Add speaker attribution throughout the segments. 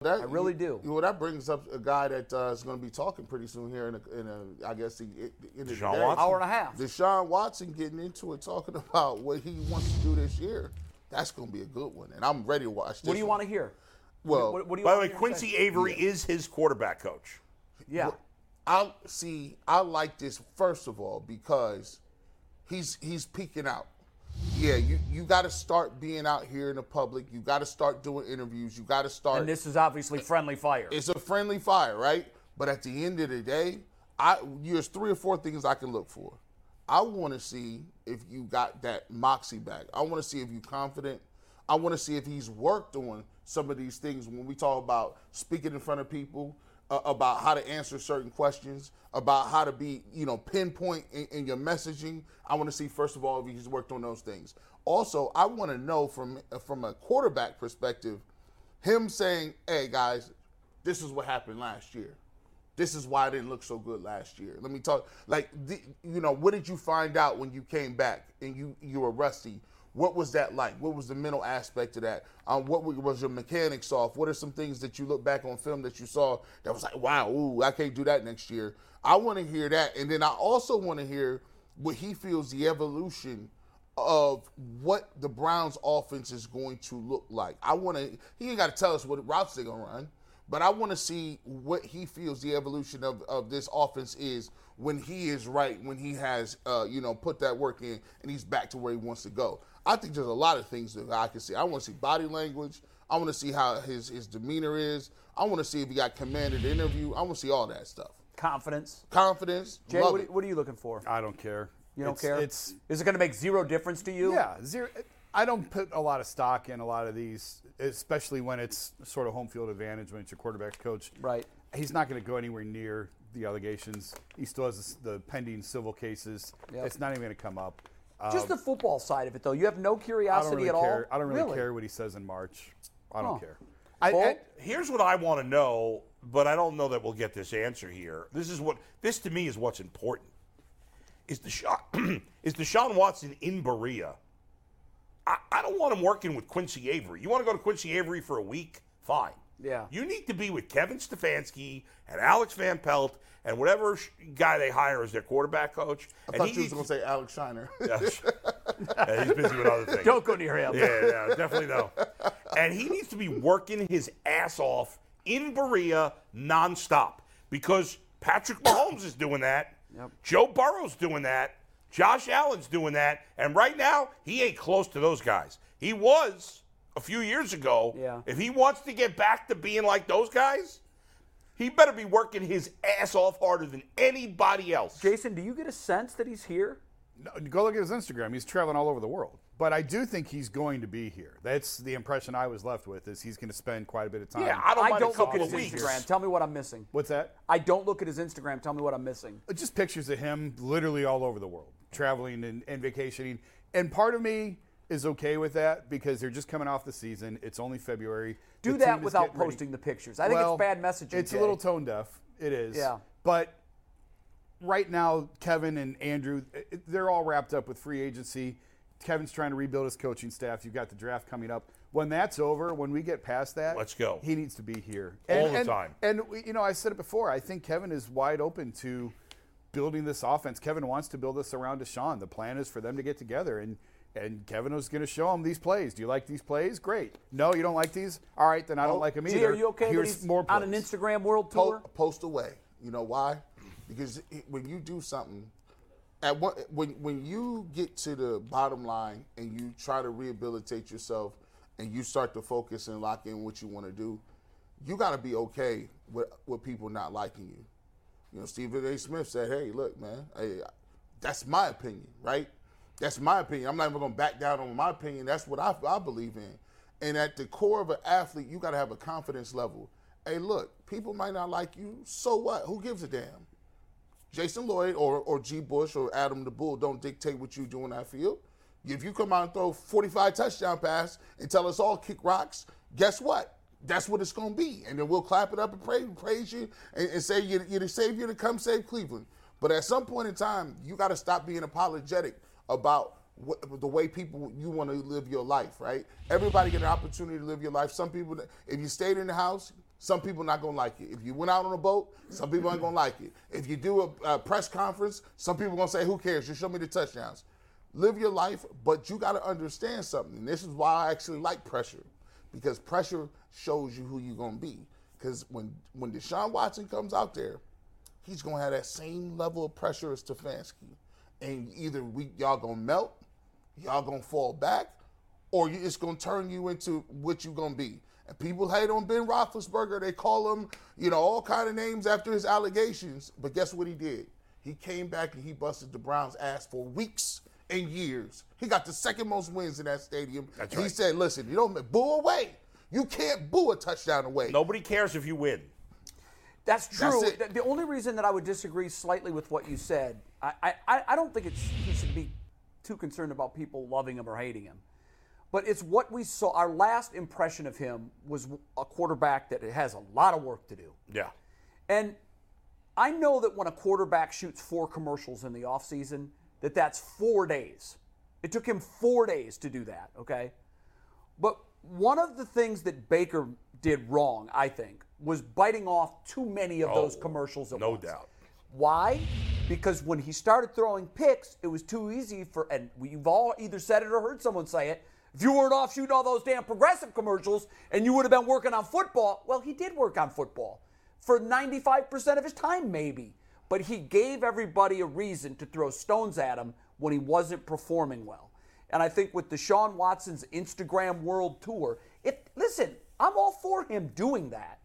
Speaker 1: That,
Speaker 2: I really
Speaker 1: you-
Speaker 2: do.
Speaker 1: You know, that brings up a guy that uh, is going to be talking pretty soon here in a, in a I guess, he, in a
Speaker 3: Deshaun
Speaker 1: day.
Speaker 3: Watson?
Speaker 2: Hour and a half.
Speaker 1: Deshaun Watson getting into it, talking about what he wants to do this year. That's going to be a good one, and I'm ready to watch. This
Speaker 2: What do you want to hear?
Speaker 1: Well,
Speaker 2: What, what do you
Speaker 3: By the
Speaker 2: want
Speaker 3: way,
Speaker 2: to hear
Speaker 3: Quincy
Speaker 2: say?
Speaker 3: Avery is his quarterback coach.
Speaker 2: Yeah.
Speaker 1: I see. I like this first of all because he's he's peeking out. Yeah, you you got to start being out here in the public. You got to start doing interviews. You got to start.
Speaker 2: And this is obviously friendly fire.
Speaker 1: It's a friendly fire, right? But at the end of the day, I there's three or four things I can look for. I want to see if you got that moxie back. I want to see if you're confident. I want to see if he's worked on some of these things when we talk about speaking in front of people, uh, about how to answer certain questions, about how to be, you know, pinpoint in, in your messaging. I want to see first of all if he's worked on those things. Also, I want to know from from a quarterback perspective, him saying, "Hey guys, this is what happened last year. This is why I didn't look so good last year. Let me talk. Like, the, you know, what did you find out when you came back and you you were rusty? What was that like? What was the mental aspect of that? Um, what wa- was your mechanics off? What are some things that you look back on film that you saw that was like, wow, ooh, I can't do that next year? I want to hear that, and then I also want to hear what he feels the evolution of what the Browns offense is going to look like. I want to he ain't got to tell us what routes they're going to run, but I want to see what he feels the evolution of of this offense is when he is right, when he has uh you know put that work in and he's back to where he wants to go. I think there's a lot of things that I can see. I want to see body language. I want to see how his his demeanor is. I want to see if he got commanded the interview. I want to see all that stuff.
Speaker 2: Confidence.
Speaker 1: Confidence.
Speaker 2: Jay,
Speaker 1: love
Speaker 2: what,
Speaker 1: it.
Speaker 2: what are you looking for?
Speaker 4: I don't care.
Speaker 2: You don't
Speaker 4: Uh, It's-
Speaker 2: care?
Speaker 4: It's
Speaker 2: is it going to make zero difference to you?
Speaker 4: yeah, zero. I don't put a lot of stock in a lot of these, especially when it's sort of home field advantage when it's your quarterback coach.
Speaker 2: Right.
Speaker 4: He's not going to go anywhere near the allegations. He still has this, the pending civil cases.
Speaker 2: Yep.
Speaker 4: It's not even going to come up. Um,
Speaker 2: Just the football side of it, though. You have no
Speaker 4: I don't
Speaker 2: curiosity
Speaker 4: really
Speaker 2: at all.
Speaker 4: care. I don't really, care what he says in March. I don't
Speaker 2: Huh.
Speaker 4: care. I,
Speaker 2: Bull?
Speaker 4: I-
Speaker 3: Here's what I want to know, but I don't know that we'll get this answer here. This is what this to me is what's important. Is Deshaun is Deshaun Watson in Berea? I, I don't want him working with Quincy Avery. You want to go to Quincy Avery for a week? Fine.
Speaker 2: Yeah.
Speaker 3: You need to be with Kevin Stefanski and Alex Van Pelt and whatever sh- guy they hire as their quarterback coach.
Speaker 1: I
Speaker 3: and
Speaker 1: thought
Speaker 3: he
Speaker 1: you was
Speaker 3: needs-
Speaker 1: going to say Alex Shiner.
Speaker 3: Yeah, he's busy with other things.
Speaker 2: Don't go near him.
Speaker 3: Yeah, yeah, definitely no. And he needs to be working his ass off in Berea nonstop because Patrick Mahomes is doing that. Joe Burrow's doing that. Josh Allen's doing that. And right now, he ain't close to those guys. He was a few years ago.
Speaker 2: Yeah.
Speaker 3: If he wants to get back to being like those guys, he better be working his ass off harder than anybody else.
Speaker 2: Jason, do you get a sense that he's here?
Speaker 4: No, go look at his Instagram. He's traveling all over the world. But I do think he's going to be here. That's the impression I was left with. Is he's going to spend quite a bit of time.
Speaker 3: Yeah, I don't mind a
Speaker 2: look at
Speaker 3: couple
Speaker 2: his
Speaker 3: of weeks.
Speaker 2: Instagram. Tell me what I'm missing.
Speaker 4: What's that?
Speaker 2: I don't look at his Instagram. Tell me what I'm missing.
Speaker 4: just pictures of him literally all over the world, traveling and, and vacationing. And part of me is okay with that because they're just coming off the season. It's only February.
Speaker 2: Do
Speaker 4: The team
Speaker 2: that
Speaker 4: is
Speaker 2: without
Speaker 4: getting ready.
Speaker 2: posting the pictures. I think
Speaker 4: Well,
Speaker 2: it's bad messaging.
Speaker 4: It's
Speaker 2: Jay.
Speaker 4: a little tone deaf. It is.
Speaker 2: Yeah.
Speaker 4: But right now, Kevin and Andrew, it- it- they're all wrapped up with free agency. Kevin's trying to rebuild his coaching staff. You've got the draft coming up. When that's over, when we get past that,
Speaker 3: Let's go.
Speaker 4: He needs to be here
Speaker 3: All
Speaker 4: And-
Speaker 3: the
Speaker 4: and-
Speaker 3: time.
Speaker 4: And we- you know, I said it before. I think Kevin is wide open to building this offense. Kevin wants to build this around Deshaun. The plan is for them to get together and and Kevin is going to show him these plays. Do you like these plays? Great. No, you don't like these. All right, then I don't like them
Speaker 2: Gee,
Speaker 4: either.
Speaker 2: are you okay that
Speaker 4: Here's
Speaker 2: he's
Speaker 4: more
Speaker 2: on an
Speaker 4: plays.
Speaker 2: Instagram world
Speaker 1: po-
Speaker 2: tour?
Speaker 1: post away. You know why? Because it- when you do something, at one, when when you get to the bottom line and you try to rehabilitate yourself and you start to focus and lock in what you want to do, you got to be okay with with people not liking you. You know, Stephen A. Smith said, "Hey, look, man, hey, that's my opinion, right? That's my opinion. I'm not even gonna back down on my opinion. That's what I, I believe in. And at the core of an athlete, you gotta have a confidence level. Hey, look, people might not like you. So what? Who gives a damn? Jason Lloyd or, or G. Bush or Adam the Bull don't dictate what you do in that field. If you come out and throw 45 touchdown pass and tell us all kick rocks, guess what? That's what it's going to be. And then we'll clap it up and praise, praise you and, and say you're, you're the savior to come save Cleveland. But at some point in time, you got to stop being apologetic about what, the way people you want to live your life, right? Everybody get an opportunity to live your life. Some people, if you stayed in the house, some people not gonna like it. If you went out on a boat, some people ain't gonna like it. If you do a, a press conference, some people gonna say, "Who cares? Just show me the touchdowns." Live your life, but you gotta understand something. And this is why I actually like pressure, because pressure shows you who you gonna be. Because when when Deshaun Watson comes out there, he's gonna have that same level of pressure as Stefanski, and either we y'all gonna melt, y'all gonna fall back, or you, it's gonna turn you into what you gonna be. And people hate on Ben Roethlisberger. They call him, you know, all kind of names after his allegations. But guess what he did? He came back and he busted the Browns' ass for weeks and years. He got the second most wins in that stadium.
Speaker 3: That's
Speaker 1: and He
Speaker 3: right.
Speaker 1: said, "Listen, you don't boo away. You can't boo a touchdown away."
Speaker 3: Nobody cares if you win.
Speaker 2: That's true.
Speaker 1: it.
Speaker 2: Th- The only reason that I would disagree slightly with what you said, I, I- I, I don't think it's, he should be too concerned about people loving him or hating him. But it's what we saw. Our last impression of him was a quarterback that has a lot of work to do.
Speaker 3: Yeah.
Speaker 2: And I know that when a quarterback shoots four commercials in the offseason, that that's four days. It took him four days to do that, okay? But one of the things that Baker did wrong, I think, was biting off too many of those commercials at
Speaker 3: Oh, no
Speaker 2: once.
Speaker 3: doubt.
Speaker 2: Why? Because when he started throwing picks, it was too easy for, and we've all either said it or heard someone say it. If you weren't off shooting all those damn progressive commercials and you would have been working on football, well, he did work on football for 95% of his time, maybe. But he gave everybody a reason to throw stones at him when he wasn't performing well. And I think with Deshaun Watson's Instagram World Tour, it, listen, I'm all for him doing that.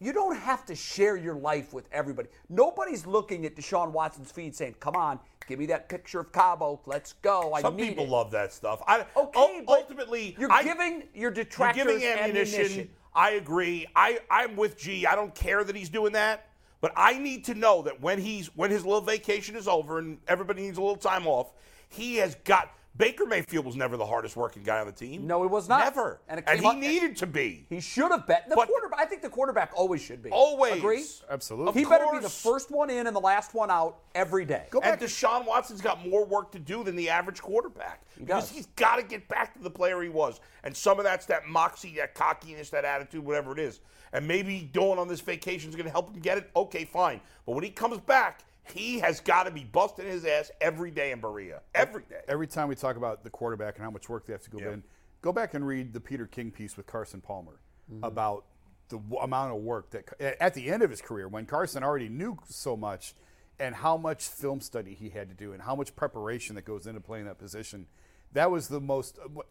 Speaker 2: You don't have to share your life with everybody. Nobody's looking at Deshaun Watson's feed saying, "Come on, give me that picture of Cabo. Let's go. I
Speaker 3: Some
Speaker 2: need
Speaker 3: people
Speaker 2: it."
Speaker 3: love that stuff. I,
Speaker 2: Okay,
Speaker 3: ul-
Speaker 2: but
Speaker 3: ultimately,
Speaker 2: you're
Speaker 3: I-
Speaker 2: giving your
Speaker 3: You're
Speaker 2: detractors
Speaker 3: giving ammunition. I agree. I, I'm with G. I don't care that he's doing that, but I need to know that when he's when his little vacation is over and everybody needs a little time off, he has got Baker Mayfield was never the hardest working guy on the team.
Speaker 2: No, he was not.
Speaker 3: Never.
Speaker 2: And
Speaker 3: And,
Speaker 2: it
Speaker 3: he
Speaker 2: came up-
Speaker 3: needed to be.
Speaker 2: He should have bet the
Speaker 3: But-
Speaker 2: quarterback. I think the quarterback always should be.
Speaker 3: Always.
Speaker 2: agree.
Speaker 5: Absolutely.
Speaker 3: Of
Speaker 2: He better be the
Speaker 3: course.
Speaker 2: first one in and the last one out every day.
Speaker 5: Go back.
Speaker 3: And Deshaun Watson's got more work to do than the average quarterback. because
Speaker 2: does.
Speaker 3: he's got to get back to the player he was. And some of that's that moxie, that cockiness, that attitude, whatever it is. And maybe going on this vacation is going to help him get it. Okay, fine. But when he comes back, he has got to be busting his ass every day in Berea. Every day.
Speaker 5: every time we talk about the quarterback and how much work they have to go
Speaker 3: Yeah.
Speaker 5: in, go back and read the Peter King piece with Carson Palmer
Speaker 2: Mm-hmm.
Speaker 5: about the w- amount of work that a- at the end of his career when Carson already knew so much and how much film study he had to do and how much preparation that goes into playing that position. That was the most. uh,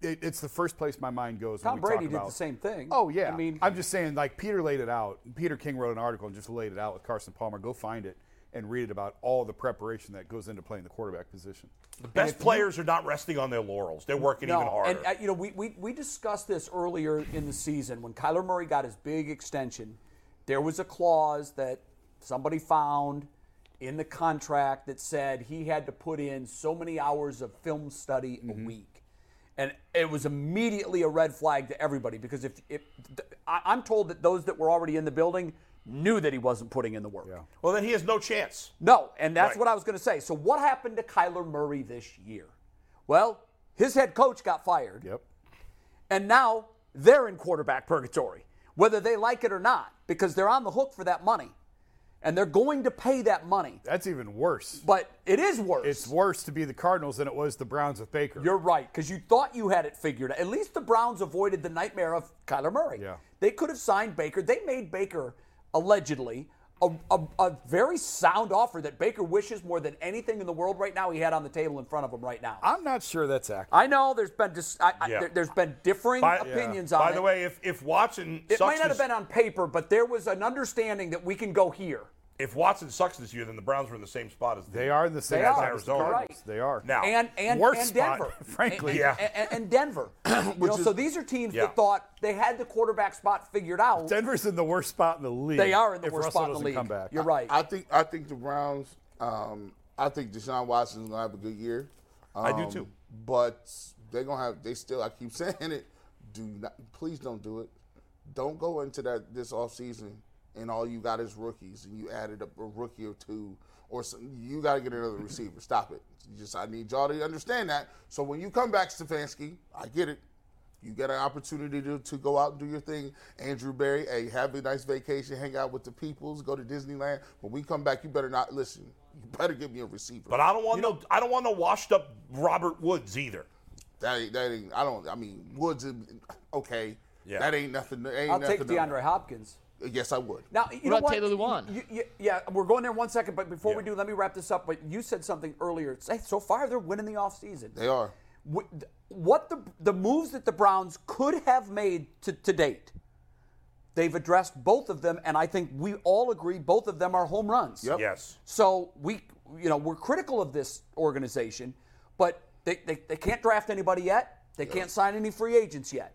Speaker 5: It, it's the first place my mind goes.
Speaker 2: Tom
Speaker 5: when we
Speaker 2: Brady
Speaker 5: talk
Speaker 2: did
Speaker 5: about,
Speaker 2: the same thing.
Speaker 5: Oh yeah.
Speaker 2: I mean,
Speaker 5: I'm just saying, like Peter laid it out. Peter King wrote an article and just laid it out with Carson Palmer. Go find it and read it about all the preparation that goes into playing the quarterback position.
Speaker 3: The best players are not resting on their laurels. They're working even harder.
Speaker 2: And, uh, you know, we, we, we discussed this earlier in the season when Kyler Murray got his big extension. There was a clause that somebody found in the contract that said he had to put in so many hours of film study
Speaker 3: Mm-hmm.
Speaker 2: a week. And it was immediately a red flag to everybody because if, if th- I, I'm told that those that were already in the building knew that he wasn't putting in the work.
Speaker 3: well, then he has no chance.
Speaker 2: No, and that's
Speaker 3: Right.
Speaker 2: what I was going to say. So what happened to Kyler Murray this year? Well, his head coach got fired.
Speaker 5: Yep.
Speaker 2: And now they're in quarterback purgatory, whether they like it or not, because they're on the hook for that money. And they're going to pay that money.
Speaker 5: That's even worse.
Speaker 2: But it is worse.
Speaker 5: It's worse to be the Cardinals than it was the Browns with Baker.
Speaker 2: You're right, because you thought you had it figured out. At least the Browns avoided the nightmare of Kyler Murray.
Speaker 5: Yeah.
Speaker 2: They could have signed Baker. They made Baker, allegedly, a, a, a very sound offer that Baker wishes more than anything in the world right now he had on the table in front of him right now.
Speaker 5: I'm not sure that's accurate.
Speaker 2: I know there's been dis- I, I-
Speaker 3: Yeah.
Speaker 2: there, has been differing
Speaker 3: By-
Speaker 2: opinions on
Speaker 3: By
Speaker 2: it.
Speaker 3: the way, if, if Watson
Speaker 2: It
Speaker 3: sucks
Speaker 2: might not have
Speaker 3: his-
Speaker 2: been on paper, but there was an understanding that we can go here.
Speaker 3: If Watson sucks this year, then the Browns are in the same spot as the
Speaker 5: They are in the same
Speaker 2: are.
Speaker 5: spot as the
Speaker 3: Arizona.
Speaker 5: Cardinals. They are.
Speaker 3: Now,
Speaker 2: and and,
Speaker 5: worse
Speaker 2: and
Speaker 5: spot,
Speaker 2: Denver,
Speaker 5: frankly.
Speaker 2: and,
Speaker 3: Yeah.
Speaker 2: and, and- and Denver. You know,
Speaker 1: is-
Speaker 2: so these are teams
Speaker 3: Yeah.
Speaker 2: that thought they had the quarterback spot figured out.
Speaker 5: Denver's in the worst spot in the league.
Speaker 2: They are in the
Speaker 5: if
Speaker 2: worst
Speaker 5: Russell
Speaker 2: spot in the
Speaker 5: doesn't
Speaker 2: league.
Speaker 5: Come back.
Speaker 2: You're right.
Speaker 1: I think I think the Browns. Um, I think Deshaun Watson's gonna have a good year. Um,
Speaker 3: I do too.
Speaker 1: But they're gonna have. They still. I keep saying it. Do not. Please don't do it. Don't go into that this offseason and all you got is rookies and you added up a rookie or two or some, you got to get another receiver. Stop it. You just I need y'all to understand that. So when you come back, Stefanski, I get it. You get an opportunity to, to go out and do your thing. Andrew Berry, hey, have a nice vacation, hang out with the peoples, go to Disneyland. When we come back, you better not listen. You better give me a receiver.
Speaker 3: but I don't want no I don't want no washed up Robert Woods either.
Speaker 1: that ain't, that ain't I don't I mean Woods is- okay.
Speaker 3: Yeah.
Speaker 1: That ain't nothing. that Ain't
Speaker 2: I'll take
Speaker 1: nothing on
Speaker 2: DeAndre Hopkins.
Speaker 1: that. Yes, I would.
Speaker 2: Now, you know
Speaker 6: about
Speaker 2: what?
Speaker 6: Taylor Lewan?
Speaker 2: You- you- yeah, we're going there in one second, but before we
Speaker 3: Yeah.
Speaker 2: do, let me wrap this up. But you said something earlier. Say, So far, they're winning the offseason.
Speaker 1: They are.
Speaker 2: What, what the, the moves that the Browns could have made to, to date, they've addressed both of them, and I think we all agree both of them are home runs.
Speaker 1: Yep.
Speaker 3: Yes.
Speaker 2: So we, you know, we're critical of this organization, but they, they, they can't draft anybody yet. They can't sign any free agents yet.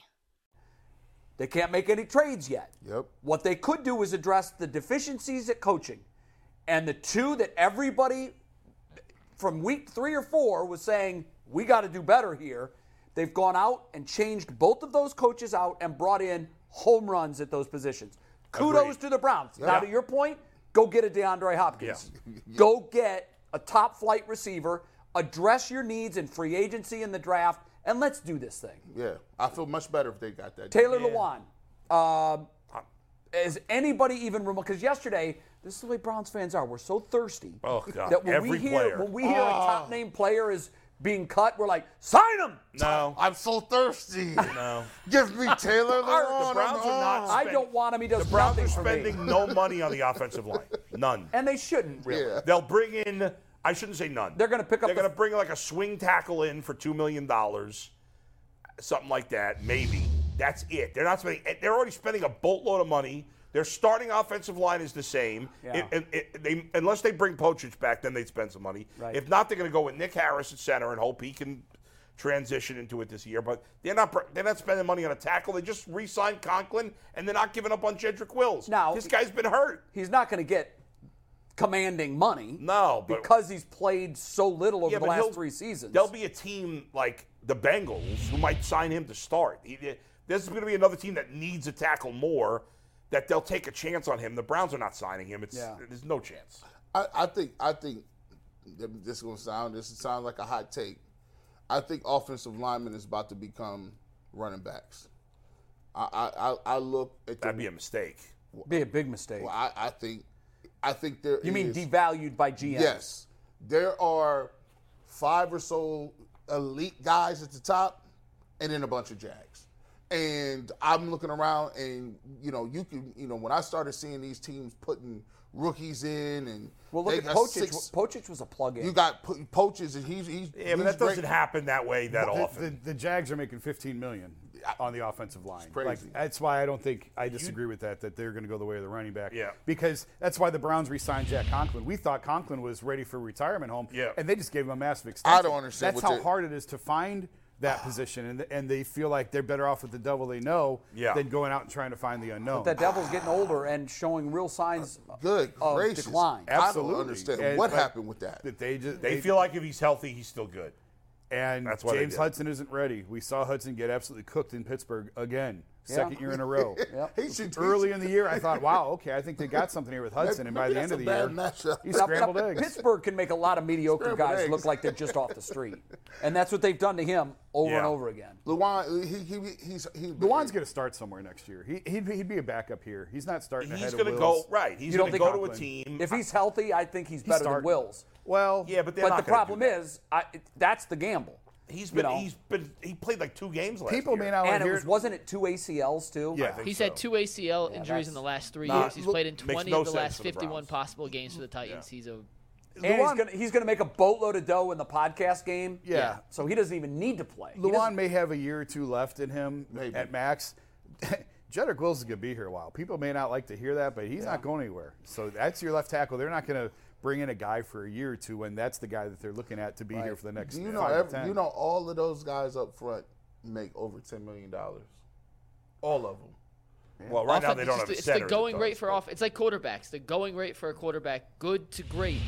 Speaker 2: They can't make any trades yet.
Speaker 1: Yep.
Speaker 2: What they could do is address the deficiencies at coaching. And the two that everybody from week three or four was saying, we got to do better here. They've gone out and changed both of those coaches out and brought in home runs at those positions. Kudos
Speaker 3: Agreed.
Speaker 2: to the Browns. Now, to your point, go get a DeAndre Hopkins. go get a top flight receiver, address your needs in free agency and the draft, and let's do this thing.
Speaker 1: Yeah. I feel much better if they got that.
Speaker 2: Taylor Lewan. Um, is anybody even remote? Because yesterday, this is the way Browns fans are. We're so thirsty
Speaker 3: Oh, God.
Speaker 2: that when we
Speaker 3: Every
Speaker 2: hear
Speaker 3: player. Oh.
Speaker 2: when we hear a top name player is being cut, we're like, sign him.
Speaker 3: No.
Speaker 1: I'm so thirsty.
Speaker 3: No.
Speaker 1: Give me Taylor
Speaker 3: Browns
Speaker 1: Lewan.
Speaker 3: are not
Speaker 2: I
Speaker 3: Spend-
Speaker 2: don't want him. He does
Speaker 3: The Browns
Speaker 2: nothing for
Speaker 3: are
Speaker 2: me.
Speaker 3: spending no money on the offensive line. None.
Speaker 2: and they shouldn't really.
Speaker 1: Yeah.
Speaker 3: They'll bring in. I shouldn't say none.
Speaker 2: They're gonna pick up
Speaker 3: They're
Speaker 2: the-
Speaker 3: going to bring like a swing tackle in for two million dollars, something like that. Maybe that's it. They're not spending. eh, They're already spending a boatload of money. Their starting offensive line is the same.
Speaker 2: Yeah.
Speaker 3: It- it- it- they- unless they bring Pochich back, then they'd spend some money.
Speaker 2: Right.
Speaker 3: If not, they're going to go with Nick Harris at center and hope he can transition into it this year. But they're not. br- They're not spending money on a tackle. They just re-signed Conklin, and they're not giving up on Jedrick Wills.
Speaker 2: Now-
Speaker 3: this guy's been hurt.
Speaker 2: He's not going to get commanding money.
Speaker 3: No, but-
Speaker 2: because he's played so little over the
Speaker 3: but he'll-
Speaker 2: last three seasons.
Speaker 3: There'll be a team like the Bengals who might sign him to start. He- This is going to be another team that needs a tackle more. That they'll take a chance on him. The Browns are not signing him. It's
Speaker 2: Yeah.
Speaker 3: there's no chance.
Speaker 1: I, I think I think th- this is gonna sound this sounds like a hot take. I think offensive linemen is about to become running backs. I I, I, I look at
Speaker 3: That'd be
Speaker 1: the,
Speaker 3: a mistake.
Speaker 2: be a big mistake.
Speaker 1: I, I think I think there
Speaker 2: you mean
Speaker 1: is-
Speaker 2: devalued by GM?
Speaker 1: Yes. There are five or so elite guys at the top and then a bunch of Jags. And I'm looking around and you know, you can you know, when I started seeing these teams putting rookies in and
Speaker 2: Well, look
Speaker 1: they
Speaker 2: at
Speaker 1: got
Speaker 2: Pochich.
Speaker 1: six-
Speaker 2: Pochich was a plug-in.
Speaker 1: you got po- poaches and he's he's
Speaker 3: Yeah, but
Speaker 1: he's
Speaker 3: that doesn't
Speaker 1: great.
Speaker 3: happen that way that
Speaker 5: The,
Speaker 3: often.
Speaker 5: the, the Jags are making 15 million on the offensive line.
Speaker 1: crazy.
Speaker 5: Like, that's why I don't think I disagree with that. That they're going to go the way of the running back.
Speaker 3: Yeah.
Speaker 5: Because that's why the Browns re-signed Jack Conklin. We thought Conklin was ready for retirement home.
Speaker 3: Yeah.
Speaker 5: And they just gave him a massive extension.
Speaker 1: understand
Speaker 5: That's
Speaker 1: what
Speaker 5: how
Speaker 1: they-
Speaker 5: hard it is to find that position, and and they feel like they're better off with the devil they know
Speaker 3: Yeah.
Speaker 5: than going out and trying to find the unknown.
Speaker 2: The devil's getting older and showing real signs
Speaker 1: Good
Speaker 2: of
Speaker 1: gracious.
Speaker 2: decline.
Speaker 5: Absolutely.
Speaker 1: I don't understand
Speaker 5: Um, And-
Speaker 1: what
Speaker 5: but-
Speaker 1: happened with that.
Speaker 5: that they just
Speaker 3: they feel like if he's healthy, he's still good.
Speaker 5: And
Speaker 3: That's why they
Speaker 5: James
Speaker 3: did.
Speaker 5: Hudson isn't ready. We saw Hudson get absolutely cooked in Pittsburgh again. second year in a row.
Speaker 2: Yep.
Speaker 1: He should
Speaker 5: Early in the year, I thought, wow, okay, I think they got something here with Hudson. And by
Speaker 1: maybe
Speaker 5: the end
Speaker 1: that's
Speaker 5: of the
Speaker 1: a
Speaker 5: year,
Speaker 1: bad matchup.
Speaker 5: he
Speaker 1: Now,
Speaker 5: scrambled
Speaker 2: Now,
Speaker 5: eggs.
Speaker 2: Pittsburgh can make a lot of mediocre
Speaker 1: Scrambled
Speaker 2: guys look
Speaker 1: eggs.
Speaker 2: like they're just off the street, and that's what they've done to him over and
Speaker 3: Yeah.
Speaker 2: over again.
Speaker 1: Luwan, he, he, he's he's
Speaker 5: Luan's going to start somewhere next year. He, he'd, be- he'd be a backup here. He's not starting
Speaker 3: He's
Speaker 5: ahead
Speaker 3: going to
Speaker 5: of
Speaker 3: go
Speaker 5: Wills.
Speaker 3: right. He's
Speaker 2: You don't
Speaker 3: going to
Speaker 2: think
Speaker 3: go to a
Speaker 5: Conklin-
Speaker 3: team.
Speaker 2: If he's healthy, I think he's better than
Speaker 5: starting.
Speaker 2: Wills.
Speaker 5: Well,
Speaker 3: yeah, but they're
Speaker 2: But
Speaker 3: not
Speaker 2: the
Speaker 3: gonna do
Speaker 2: problem
Speaker 3: that.
Speaker 2: is, I, it- that's the gamble.
Speaker 3: he's
Speaker 2: you
Speaker 3: been
Speaker 2: know.
Speaker 3: he's been he played like two games last
Speaker 5: people
Speaker 3: year.
Speaker 5: may not want
Speaker 2: And
Speaker 5: to
Speaker 2: it
Speaker 5: hear
Speaker 2: was, wasn't it two ACLs too?
Speaker 5: Yeah, I think
Speaker 6: He's
Speaker 5: so.
Speaker 6: had two ACL injuries
Speaker 2: that's-
Speaker 6: in the last three
Speaker 3: Nah,
Speaker 6: years. He's
Speaker 3: look-
Speaker 6: played in
Speaker 3: makes
Speaker 6: 20
Speaker 3: no
Speaker 6: of the
Speaker 3: sense
Speaker 6: last
Speaker 3: for the
Speaker 6: 51
Speaker 3: Browns. Mm-hmm.
Speaker 6: possible games for the Titans. He's a
Speaker 2: And he's
Speaker 5: Luan-
Speaker 2: gonna he's gonna make a boatload of dough in the podcast game.
Speaker 5: Yeah. Yeah.
Speaker 2: So he doesn't even need to play. He
Speaker 5: Luan
Speaker 2: doesn't-
Speaker 5: may have a year or two left in him
Speaker 1: Maybe.
Speaker 5: at max. Jedrick Wills is going to be here a while. People may not like to hear that, but he's not going anywhere. So that's your left tackle. They're not going to bring in a guy for a year or two when that's the guy that they're looking at to be here for the next.
Speaker 1: you know
Speaker 5: five to
Speaker 1: every,
Speaker 5: 10.
Speaker 1: you know all of those guys up front make over ten million dollars, all of them.
Speaker 3: Well, right now
Speaker 6: offense
Speaker 3: they
Speaker 6: is
Speaker 3: don't
Speaker 6: just
Speaker 3: have
Speaker 6: the-
Speaker 3: a
Speaker 6: It's
Speaker 3: center.
Speaker 6: the going
Speaker 3: though.
Speaker 6: rate for off. It's like quarterbacks. The going rate for a quarterback, good to great,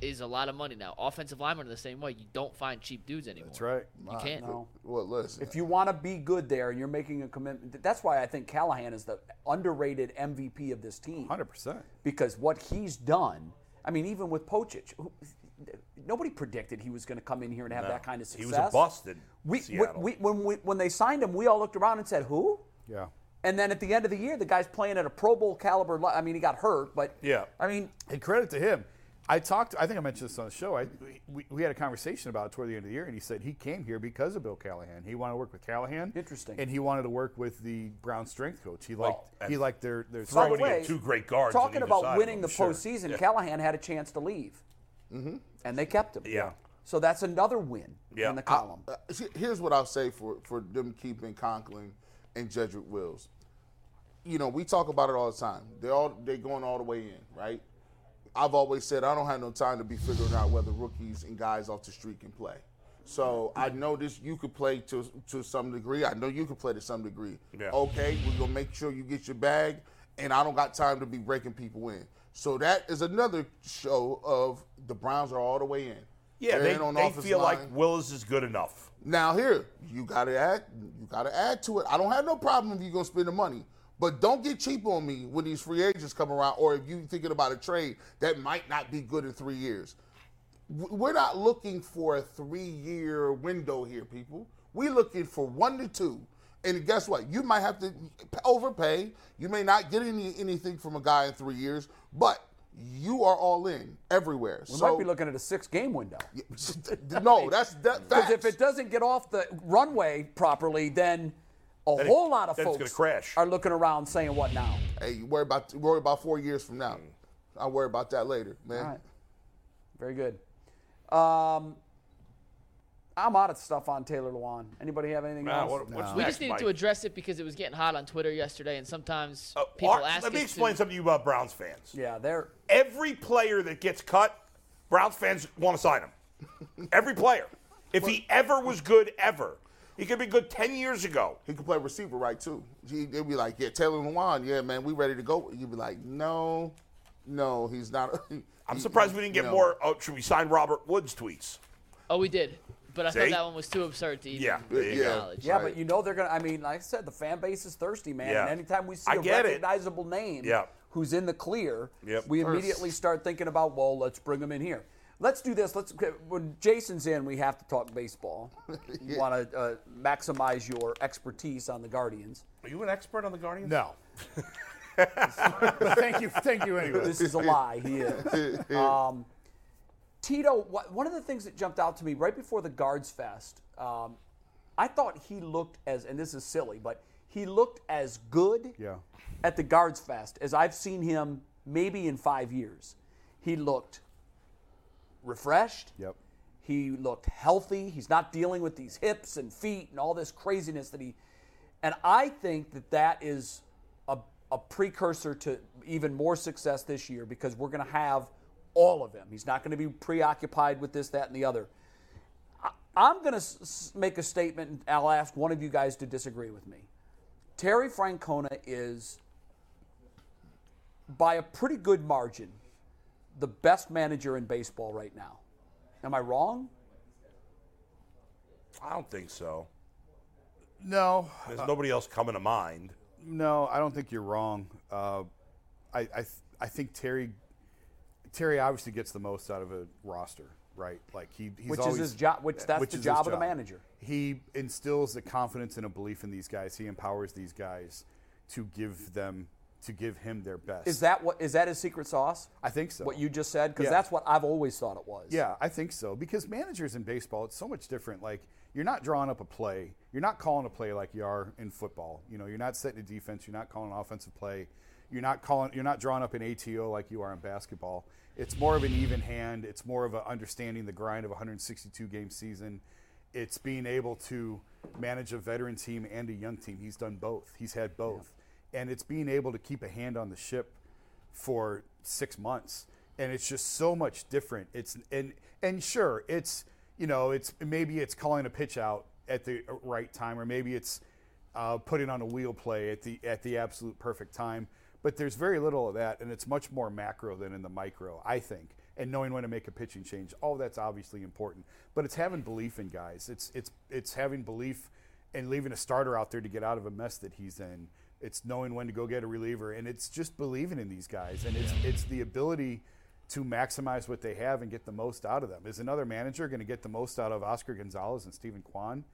Speaker 6: is a lot of money now. Offensive linemen are the same way. You don't find cheap dudes anymore.
Speaker 5: That's right.
Speaker 6: You can't.
Speaker 1: Well, listen,
Speaker 2: if you want to be good there and you're making a commitment, that's why I think Callahan is the underrated MVP of this team.
Speaker 5: Hundred percent.
Speaker 2: because what he's done, I mean, even with Pocic, who, nobody predicted he was going to come in here and have that kind of
Speaker 3: He
Speaker 2: success.
Speaker 3: was a bust in
Speaker 2: We,
Speaker 3: Seattle.
Speaker 2: we, when, we, when they signed him, we all looked around and said, who?
Speaker 5: Yeah.
Speaker 2: And then at the end of the year, the guy's playing at a Pro Bowl caliber. li- I mean, he got hurt, but
Speaker 3: Yeah.
Speaker 2: I mean,
Speaker 5: And credit to him. I talked. I think I mentioned this on the show. I we, we had a conversation about it toward the end of the year, and he said he came here because of Bill Callahan. He wanted to work with Callahan.
Speaker 2: Interesting.
Speaker 5: And he wanted to work with the Brown strength coach. He liked.
Speaker 3: and
Speaker 5: he liked their their.
Speaker 2: by the
Speaker 3: Throwing
Speaker 2: way,
Speaker 3: in two great guards on
Speaker 2: Talking
Speaker 3: either side
Speaker 2: about
Speaker 3: of
Speaker 2: winning
Speaker 3: him,
Speaker 2: the
Speaker 3: sure. Mm-hmm.
Speaker 2: postseason, Callahan had a chance to leave, and they kept him.
Speaker 3: Yeah.
Speaker 2: So that's another win
Speaker 3: Yeah.
Speaker 2: in the column.
Speaker 1: Uh, see, here's what I'll say for for them keeping Conklin and Jedrick Wills. You know, we talk about it all the time. They're all they're going all the way in, right? I've always said I don't have no time to be figuring out whether rookies and guys off the street can play. So I know this you could play to to some degree. I know you could play to some degree.
Speaker 3: Yeah.
Speaker 1: Okay, we're gonna make sure you get your bag, and I don't got time to be breaking people in. So that is another show of the Browns are all the way in.
Speaker 3: yeah,
Speaker 1: They're
Speaker 3: they,
Speaker 1: in on
Speaker 3: they
Speaker 1: offense
Speaker 3: feel
Speaker 1: line.
Speaker 3: like Willis is good enough.
Speaker 1: Now here, you gotta add, you gotta add to it. I don't have no problem if you're gonna spend the money, but don't get cheap on me when these free agents come around, or if you thinking about a trade that might not be good in three years. W- We're not looking for a three-year window here, people. We're looking for one to two. And guess what? You might have to overpay. You may not get any anything from a guy in three years, but you are all in everywhere.
Speaker 2: We
Speaker 1: so
Speaker 2: might be looking at a six-game window.
Speaker 1: no, that's that.
Speaker 2: Because if
Speaker 1: facts.
Speaker 2: it doesn't get off the runway properly, then a
Speaker 3: Then it-
Speaker 2: whole lot of
Speaker 3: then it's
Speaker 2: folks
Speaker 3: gonna crash.
Speaker 2: are looking around saying, "What now?"
Speaker 1: Hey, you worry about worry about four years from now.
Speaker 3: Mm.
Speaker 1: I worry about that later, man.
Speaker 2: All right, very good. Um, I'm out of stuff on Taylor Lewan. Anybody have anything
Speaker 3: Nah,
Speaker 2: else?
Speaker 3: what- what's
Speaker 6: We
Speaker 3: next,
Speaker 6: just needed
Speaker 3: Mike?
Speaker 6: to address it because it was getting hot on Twitter yesterday, and sometimes
Speaker 3: Uh,
Speaker 6: people
Speaker 3: Art,
Speaker 6: ask
Speaker 3: let me
Speaker 6: us
Speaker 3: explain
Speaker 6: to,
Speaker 3: something to you about Browns fans.
Speaker 2: Yeah, they're
Speaker 3: Every player that gets cut, Browns fans want to sign him. Every player. If he ever was good, ever. He could be good 10 years ago.
Speaker 1: He could play receiver right too. He- They'd be like, yeah, Taylor Lewan, yeah, man, we ready to go. You'd be like, no, no, he's not.
Speaker 3: I'm surprised we didn't get more. Oh, should we sign Robert Woods tweets?
Speaker 6: Oh, we did, but I
Speaker 3: See?
Speaker 6: thought that one was too absurd to even
Speaker 3: Yeah, there you go.
Speaker 6: acknowledge.
Speaker 2: yeah, but you know they're gonna. I mean, like I said, the fan base is thirsty, man.
Speaker 3: Yeah.
Speaker 2: And anytime we see
Speaker 3: I
Speaker 2: a
Speaker 3: get it.
Speaker 2: recognizable name
Speaker 3: Yeah.
Speaker 2: who's in the clear,
Speaker 3: Yep.
Speaker 2: we immediately start thinking about, well, let's bring him in here. Let's do this. Let's when Jason's in, we have to talk baseball. You want to uh, maximize your expertise on the Guardians.
Speaker 3: Are you an expert on the Guardians?
Speaker 5: No. but thank you, thank you anyway.
Speaker 2: This is a lie. He is. Um, Tito, wha- one of the things that jumped out to me right before the Guards Fest, um, I thought he looked as, and this is silly, but he looked as good
Speaker 5: Yeah.
Speaker 2: at the Guards Fest as I've seen him maybe in five years. He looked refreshed.
Speaker 5: Yep.
Speaker 2: He looked healthy. He's not dealing with these hips and feet and all this craziness that he. And I think that that is a, a precursor to even more success this year because we're going to have all of him. He's not going to be preoccupied with this, that, and the other. I, I'm going to s- s- make a statement, and I'll ask one of you guys to disagree with me. Terry Francona is, by a pretty good margin, the best manager in baseball right now. Am I wrong?
Speaker 3: I don't think so.
Speaker 5: No.
Speaker 3: Uh, There's nobody else coming to mind.
Speaker 4: No, I don't think you're wrong. Uh, I, I, th- I think Terry, Terry obviously gets the most out of a roster, right? Like he, he's
Speaker 2: Which is
Speaker 4: always,
Speaker 2: his job- which that's the
Speaker 4: is his
Speaker 2: job of the manager.
Speaker 4: He instills the confidence and a belief in these guys. He empowers these guys to give them, to give him their best.
Speaker 2: Is that what is that his secret sauce?
Speaker 4: I think so.
Speaker 2: What you just said, because
Speaker 4: Yeah.
Speaker 2: that's what I've always thought it was.
Speaker 4: Yeah, I think so. Because managers in baseball, it's so much different. Like you're not drawing up a play. You're not calling a play like you are in football. You know, you're not setting a defense. You're not calling an offensive play. You're not calling. You're not drawing up an ATO like you are in basketball. It's more of an even hand. It's more of a understanding the grind of a 162 game season. It's being able to manage a veteran team and a young team. He's done both. He's had both, and it's being able to keep a hand on the ship for six months and it's just so much different it's and and sure it's you know it's maybe it's calling a pitch out at the right time or maybe it's uh, putting on a wheel play at the at the absolute perfect time but there's very little of that and it's much more macro than in the micro i think and knowing when to make a pitching change all that's obviously important but it's having belief in guys it's it's it's having belief and leaving a starter out there to get out of a mess that he's in. It's knowing when to go get a reliever, and it's just believing in these guys, and it's it's the ability to maximize what they have and get the most out of them. Is another manager going to get the most out of Oscar Gonzalez and Stephen Kwan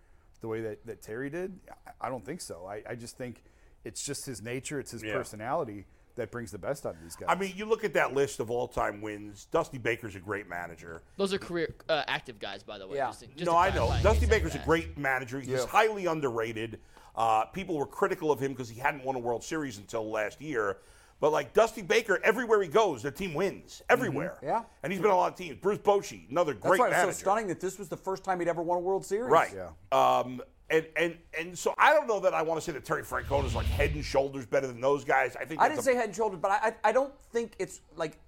Speaker 4: the way that, that Terry did? I, I don't think so. I, I just think it's just his nature, it's his
Speaker 3: Yeah.
Speaker 4: personality that brings the best out of these guys.
Speaker 3: I mean, you look at that list of all-time wins. Dusty Baker's a great manager.
Speaker 6: Those are career uh, active guys, by the way.
Speaker 2: Yeah.
Speaker 6: Just, to- just
Speaker 3: no,
Speaker 6: to
Speaker 3: I know.
Speaker 6: clarify in
Speaker 3: Dusty
Speaker 6: case I
Speaker 3: Baker's a
Speaker 6: forgot.
Speaker 3: great manager. He's
Speaker 1: Yeah.
Speaker 3: highly underrated. Uh, people were critical of him because he hadn't won a World Series until last year. But like Dusty Baker, everywhere he goes, the team wins everywhere.
Speaker 2: Mm-hmm. Yeah.
Speaker 3: and he's been on a lot of teams. Bruce Bochy, another
Speaker 2: that's
Speaker 3: great
Speaker 2: why it's
Speaker 3: manager.
Speaker 2: so stunning that this was the first time he'd ever won a World Series.
Speaker 3: Right. Um, and, and and so I don't know that I want to say that Terry Francona is like head and shoulders better than those guys. I think
Speaker 2: I didn't
Speaker 3: that's a-
Speaker 2: say head and shoulders, but I, I I don't think it's like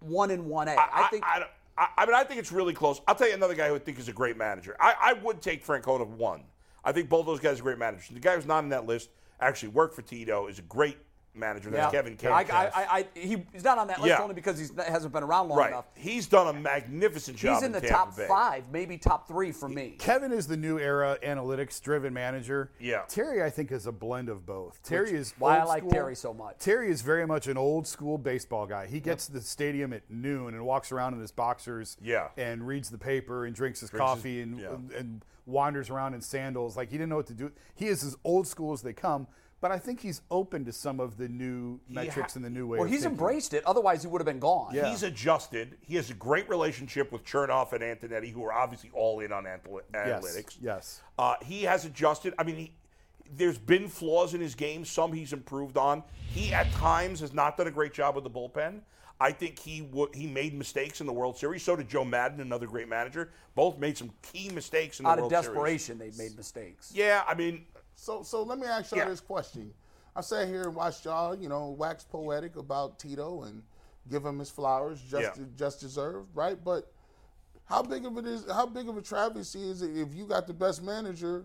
Speaker 2: one in one A.
Speaker 3: I,
Speaker 2: I think
Speaker 3: I, don't- I, I mean, I think it's really close. I'll tell you another guy who I think is a great manager. I, I would take Francona one. I think both those guys are great managers. The guy who's not on that list actually worked for Tito is a great manager. That's Kevin Kane.
Speaker 2: I, I, I, I, he, he's not on that list
Speaker 3: Yeah.
Speaker 2: only because he hasn't been around long
Speaker 3: right.
Speaker 2: enough.
Speaker 3: He's done a magnificent job.
Speaker 2: He's in the
Speaker 3: Tampa
Speaker 2: top
Speaker 3: Bay.
Speaker 2: five, maybe top three for me.
Speaker 4: Kevin is the new era analytics driven manager.
Speaker 3: Yeah.
Speaker 4: Terry, I think, is a blend of both. Terry is
Speaker 2: why I
Speaker 4: old
Speaker 2: like
Speaker 4: school-
Speaker 2: Terry so much.
Speaker 4: Terry is very much an old school baseball guy. He gets to the stadium at noon and walks around in his boxers.
Speaker 3: Yeah.
Speaker 4: And reads the paper and drinks his
Speaker 3: his-
Speaker 4: coffee and
Speaker 3: yeah.
Speaker 4: and wanders around in sandals. Like he didn't know what to do. He is as old school as they come. But I think he's open to some of the new metrics and the new way.
Speaker 2: Well,
Speaker 4: of
Speaker 2: he's
Speaker 4: thinking.
Speaker 2: embraced it. Otherwise, he would have been gone.
Speaker 4: Yeah.
Speaker 3: He's adjusted. He has a great relationship with Chernoff and Antonetti, who are obviously all in on anal-
Speaker 4: Yes,
Speaker 3: analytics.
Speaker 4: yes.
Speaker 3: Uh, he has adjusted. I mean, he, there's been flaws in his game. Some he's improved on. He at times has not done a great job with the bullpen. I think he would. he made mistakes in the World Series. So did Joe Madden, another great manager. Both made some key mistakes in the
Speaker 2: Out of
Speaker 3: World Series.
Speaker 2: desperation, they've made mistakes.
Speaker 3: Yeah, I mean,
Speaker 1: So, so let me ask y'all
Speaker 3: Yeah.
Speaker 1: this question. I sat here and watched y'all, you know, wax poetic about Tito and give him his flowers, just
Speaker 3: Yeah.
Speaker 1: just deserved, right? But how big of it is? How big of a travesty is it if you got the best manager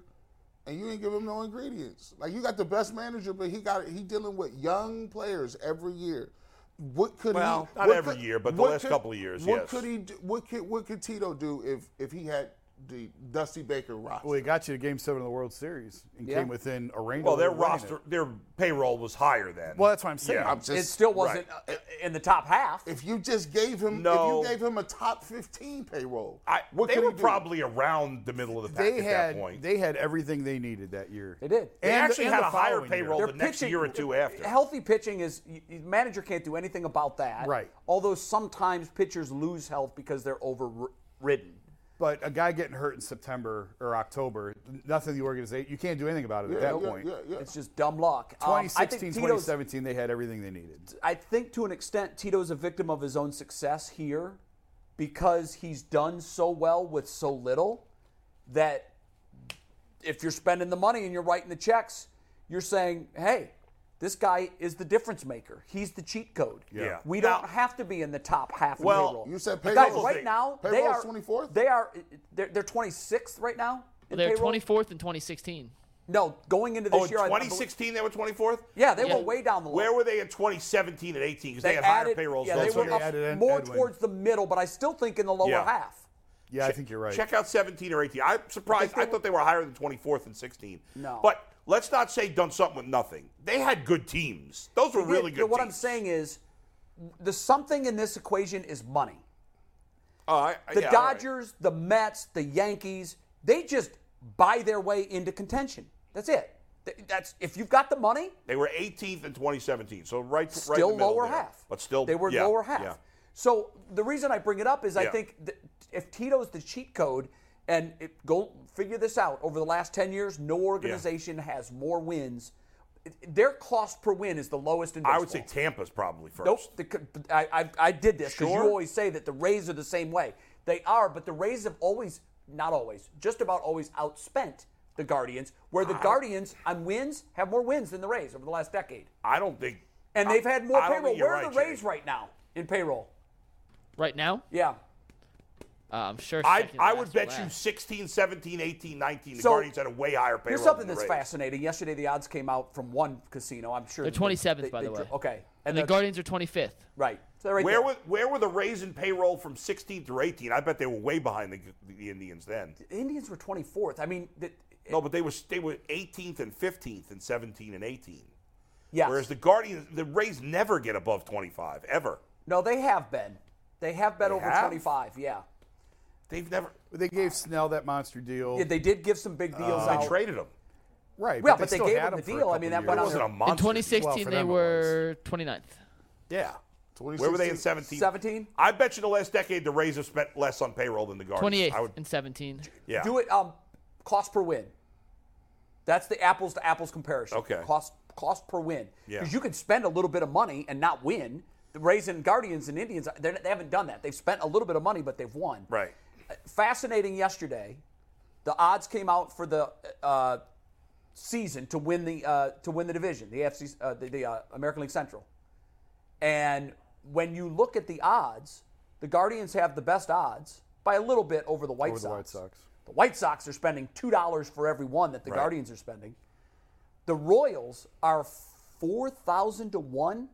Speaker 1: and you ain't give him no ingredients? Like you got the best manager, but he got he dealing with young players every year. What could
Speaker 3: Well,
Speaker 1: he?
Speaker 3: not
Speaker 1: what
Speaker 3: every
Speaker 1: could-
Speaker 3: year, but the
Speaker 1: what
Speaker 3: last couple of years,
Speaker 1: What
Speaker 3: yes.
Speaker 1: could he? Do, what could what could Tito do if if he had the Dusty Baker roster?
Speaker 4: Well, he got you to Game Seven of the World Series and
Speaker 2: Yeah.
Speaker 4: came within a range.
Speaker 3: well,
Speaker 4: of
Speaker 3: their
Speaker 4: winning it.
Speaker 3: roster, their payroll was higher then.
Speaker 4: Well, that's what I'm saying.
Speaker 3: Yeah.
Speaker 1: I'm just
Speaker 2: It still wasn't uh, in the top half.
Speaker 1: If you just gave him,
Speaker 3: No.
Speaker 1: if you gave him a top fifteen payroll,
Speaker 3: I,
Speaker 1: what
Speaker 3: they
Speaker 1: could
Speaker 3: were
Speaker 1: he do?
Speaker 3: probably around the middle of the pack
Speaker 4: they
Speaker 3: at
Speaker 4: had
Speaker 3: that point.
Speaker 4: they had everything they needed that year.
Speaker 2: They did.
Speaker 3: They actually had
Speaker 4: the
Speaker 3: a higher
Speaker 4: following year.
Speaker 3: payroll.
Speaker 2: Their
Speaker 3: the next year or two after.
Speaker 2: Healthy pitching is y- y- manager can't do anything about that.
Speaker 4: Right.
Speaker 2: Although sometimes pitchers lose health because they're overridden.
Speaker 4: But a guy getting hurt in September or October, nothing the organization you can't do anything about it at that
Speaker 1: yeah,
Speaker 4: point.
Speaker 1: yeah, yeah.
Speaker 2: It's just dumb luck. Um, I think
Speaker 4: 2016,
Speaker 2: Tito's-
Speaker 4: 2017, they had everything they needed.
Speaker 2: I think to an extent Tito's a victim of his own success here because he's done so well with so little that if you're spending the money and you're writing the checks, you're saying, hey, this guy is the difference maker. He's the cheat code.
Speaker 3: Yeah.
Speaker 2: We
Speaker 3: Now-
Speaker 2: don't have to be in the top half of
Speaker 3: Well,
Speaker 2: payroll.
Speaker 1: you said
Speaker 2: But
Speaker 1: payroll.
Speaker 2: Guys, right now, they
Speaker 1: Payroll's
Speaker 2: are
Speaker 1: 24th?
Speaker 2: They are they're, they're 26th right now. in
Speaker 6: They're
Speaker 2: payroll.
Speaker 6: 24th in 2016.
Speaker 2: No, going into this
Speaker 3: Oh, in
Speaker 2: year, I- I believe-
Speaker 3: 2016 they were 24th.
Speaker 2: Yeah, they
Speaker 6: Yeah.
Speaker 2: were way down the line.
Speaker 3: Where were they in 2017 and 18? Because they, had higher payrolls.
Speaker 2: Yeah,
Speaker 3: than
Speaker 2: they
Speaker 4: That's
Speaker 3: us.
Speaker 2: were
Speaker 4: when they
Speaker 2: up
Speaker 4: added Ed-
Speaker 2: more
Speaker 4: Edwin.
Speaker 2: towards the middle, but I still think in the lower
Speaker 3: Yeah.
Speaker 2: half.
Speaker 5: Yeah, I think you're right.
Speaker 3: Check out 17 or 18. I'm surprised. I thought they were higher than 24th and 16.
Speaker 2: No.
Speaker 3: But let's not say done something with nothing. They had good teams. Those were really
Speaker 2: Yeah,
Speaker 3: good.
Speaker 2: What I'm
Speaker 3: teams.
Speaker 2: saying is, the something in this equation is money.
Speaker 3: Oh, I- I-
Speaker 2: The
Speaker 3: yeah, all right.
Speaker 2: Dodgers, the Mets, the Yankees, they just buy their way into contention. That's it. Th- That's if you've got the money,
Speaker 3: They were 18th in 2017. So right, right in
Speaker 2: still
Speaker 3: the middle
Speaker 2: lower
Speaker 3: there.
Speaker 2: half.
Speaker 3: But still,
Speaker 2: they were
Speaker 3: yeah,
Speaker 2: lower half.
Speaker 3: yeah.
Speaker 2: So the reason I bring it up is I
Speaker 3: Yeah.
Speaker 2: think that if Tito's the cheat code, and it, go figure this out. Over the last ten years, no organization has more wins. It- Their cost per win is the lowest in baseball.
Speaker 3: I would say Tampa's probably first.
Speaker 2: Nope. The, c- I, I, I did this because
Speaker 3: Sure.
Speaker 2: you always say that the Rays are the same way. They are, but the Rays have always, not always, just about always outspent the Guardians, where the Guardians on wins have more wins than the Rays over the last decade.
Speaker 3: I don't think.
Speaker 2: And
Speaker 3: I-
Speaker 2: they've had more
Speaker 3: I don't
Speaker 2: payroll.
Speaker 3: think you're
Speaker 2: Where are
Speaker 3: right,
Speaker 2: the Rays
Speaker 3: Jay.
Speaker 2: right now in payroll?
Speaker 6: Right now,
Speaker 2: Yeah.
Speaker 6: uh, I'm sure.
Speaker 3: I,
Speaker 6: second
Speaker 3: I
Speaker 6: last
Speaker 3: would
Speaker 6: or
Speaker 3: bet you
Speaker 6: last.
Speaker 3: 16, 17, 18, 19. The
Speaker 2: So,
Speaker 3: Guardians had a way higher payroll.
Speaker 2: Here's something
Speaker 3: than
Speaker 2: that's
Speaker 3: the Rays.
Speaker 2: fascinating. Yesterday, the odds came out from one casino. I'm sure
Speaker 6: They're
Speaker 2: that
Speaker 6: 27th, by the
Speaker 2: dri-
Speaker 6: way.
Speaker 2: Okay.
Speaker 6: And the
Speaker 2: that's-
Speaker 6: Guardians are 25th.
Speaker 2: Right. So they're right
Speaker 3: Where
Speaker 2: there.
Speaker 3: were, where were the Rays in payroll from 16 through 18? I bet they were way behind the, the Indians then.
Speaker 2: the Indians were 24th. I mean, the,
Speaker 3: No, but they were they were 18th and 15th and 17 and 18.
Speaker 2: yes.
Speaker 3: Whereas the Guardians, the Rays never get above 25 ever.
Speaker 2: no, they have been. They have been over
Speaker 3: have?
Speaker 2: 25. Yeah.
Speaker 3: They've never
Speaker 5: They gave Snell that monster deal.
Speaker 2: Yeah, they did give some big deals
Speaker 3: Uh, they
Speaker 2: out.
Speaker 3: traded him.
Speaker 5: right.
Speaker 2: Well, but they
Speaker 5: still
Speaker 2: gave
Speaker 5: had
Speaker 2: him the
Speaker 5: for a
Speaker 2: deal. I
Speaker 5: couple
Speaker 2: mean, that
Speaker 5: years.
Speaker 2: went
Speaker 3: It
Speaker 2: on
Speaker 3: wasn't a
Speaker 2: their-
Speaker 6: In
Speaker 3: monster.
Speaker 6: 2016,
Speaker 5: for
Speaker 6: they
Speaker 5: them it
Speaker 6: were 29th.
Speaker 5: Yeah.
Speaker 3: Where were they in 17?
Speaker 2: 17?
Speaker 3: I bet you the last decade the Rays have spent less on payroll than the Guardians.
Speaker 6: 28th
Speaker 3: I would,
Speaker 6: and 17.
Speaker 3: yeah.
Speaker 2: Do it um, cost per win. That's the apples to apples comparison.
Speaker 3: Okay.
Speaker 2: Cost cost per win.
Speaker 3: Yeah.
Speaker 2: Because you could spend a little bit of money and not win. The Rays and Guardians and Indians, they're- they haven't done that. They've spent a little bit of money, but they've won. Uh,
Speaker 3: Right.
Speaker 2: Fascinating yesterday, the odds came out for the uh, season to win the uh, to win the division, the AFC, uh, the, the uh, American League Central. And when you look at the odds, the Guardians have the best odds by a little bit over the White
Speaker 5: Over
Speaker 2: Sox.
Speaker 5: the White Sox.
Speaker 2: The White Sox are spending two dollars for every one that the Guardians are spending. The Royals are four thousand to one.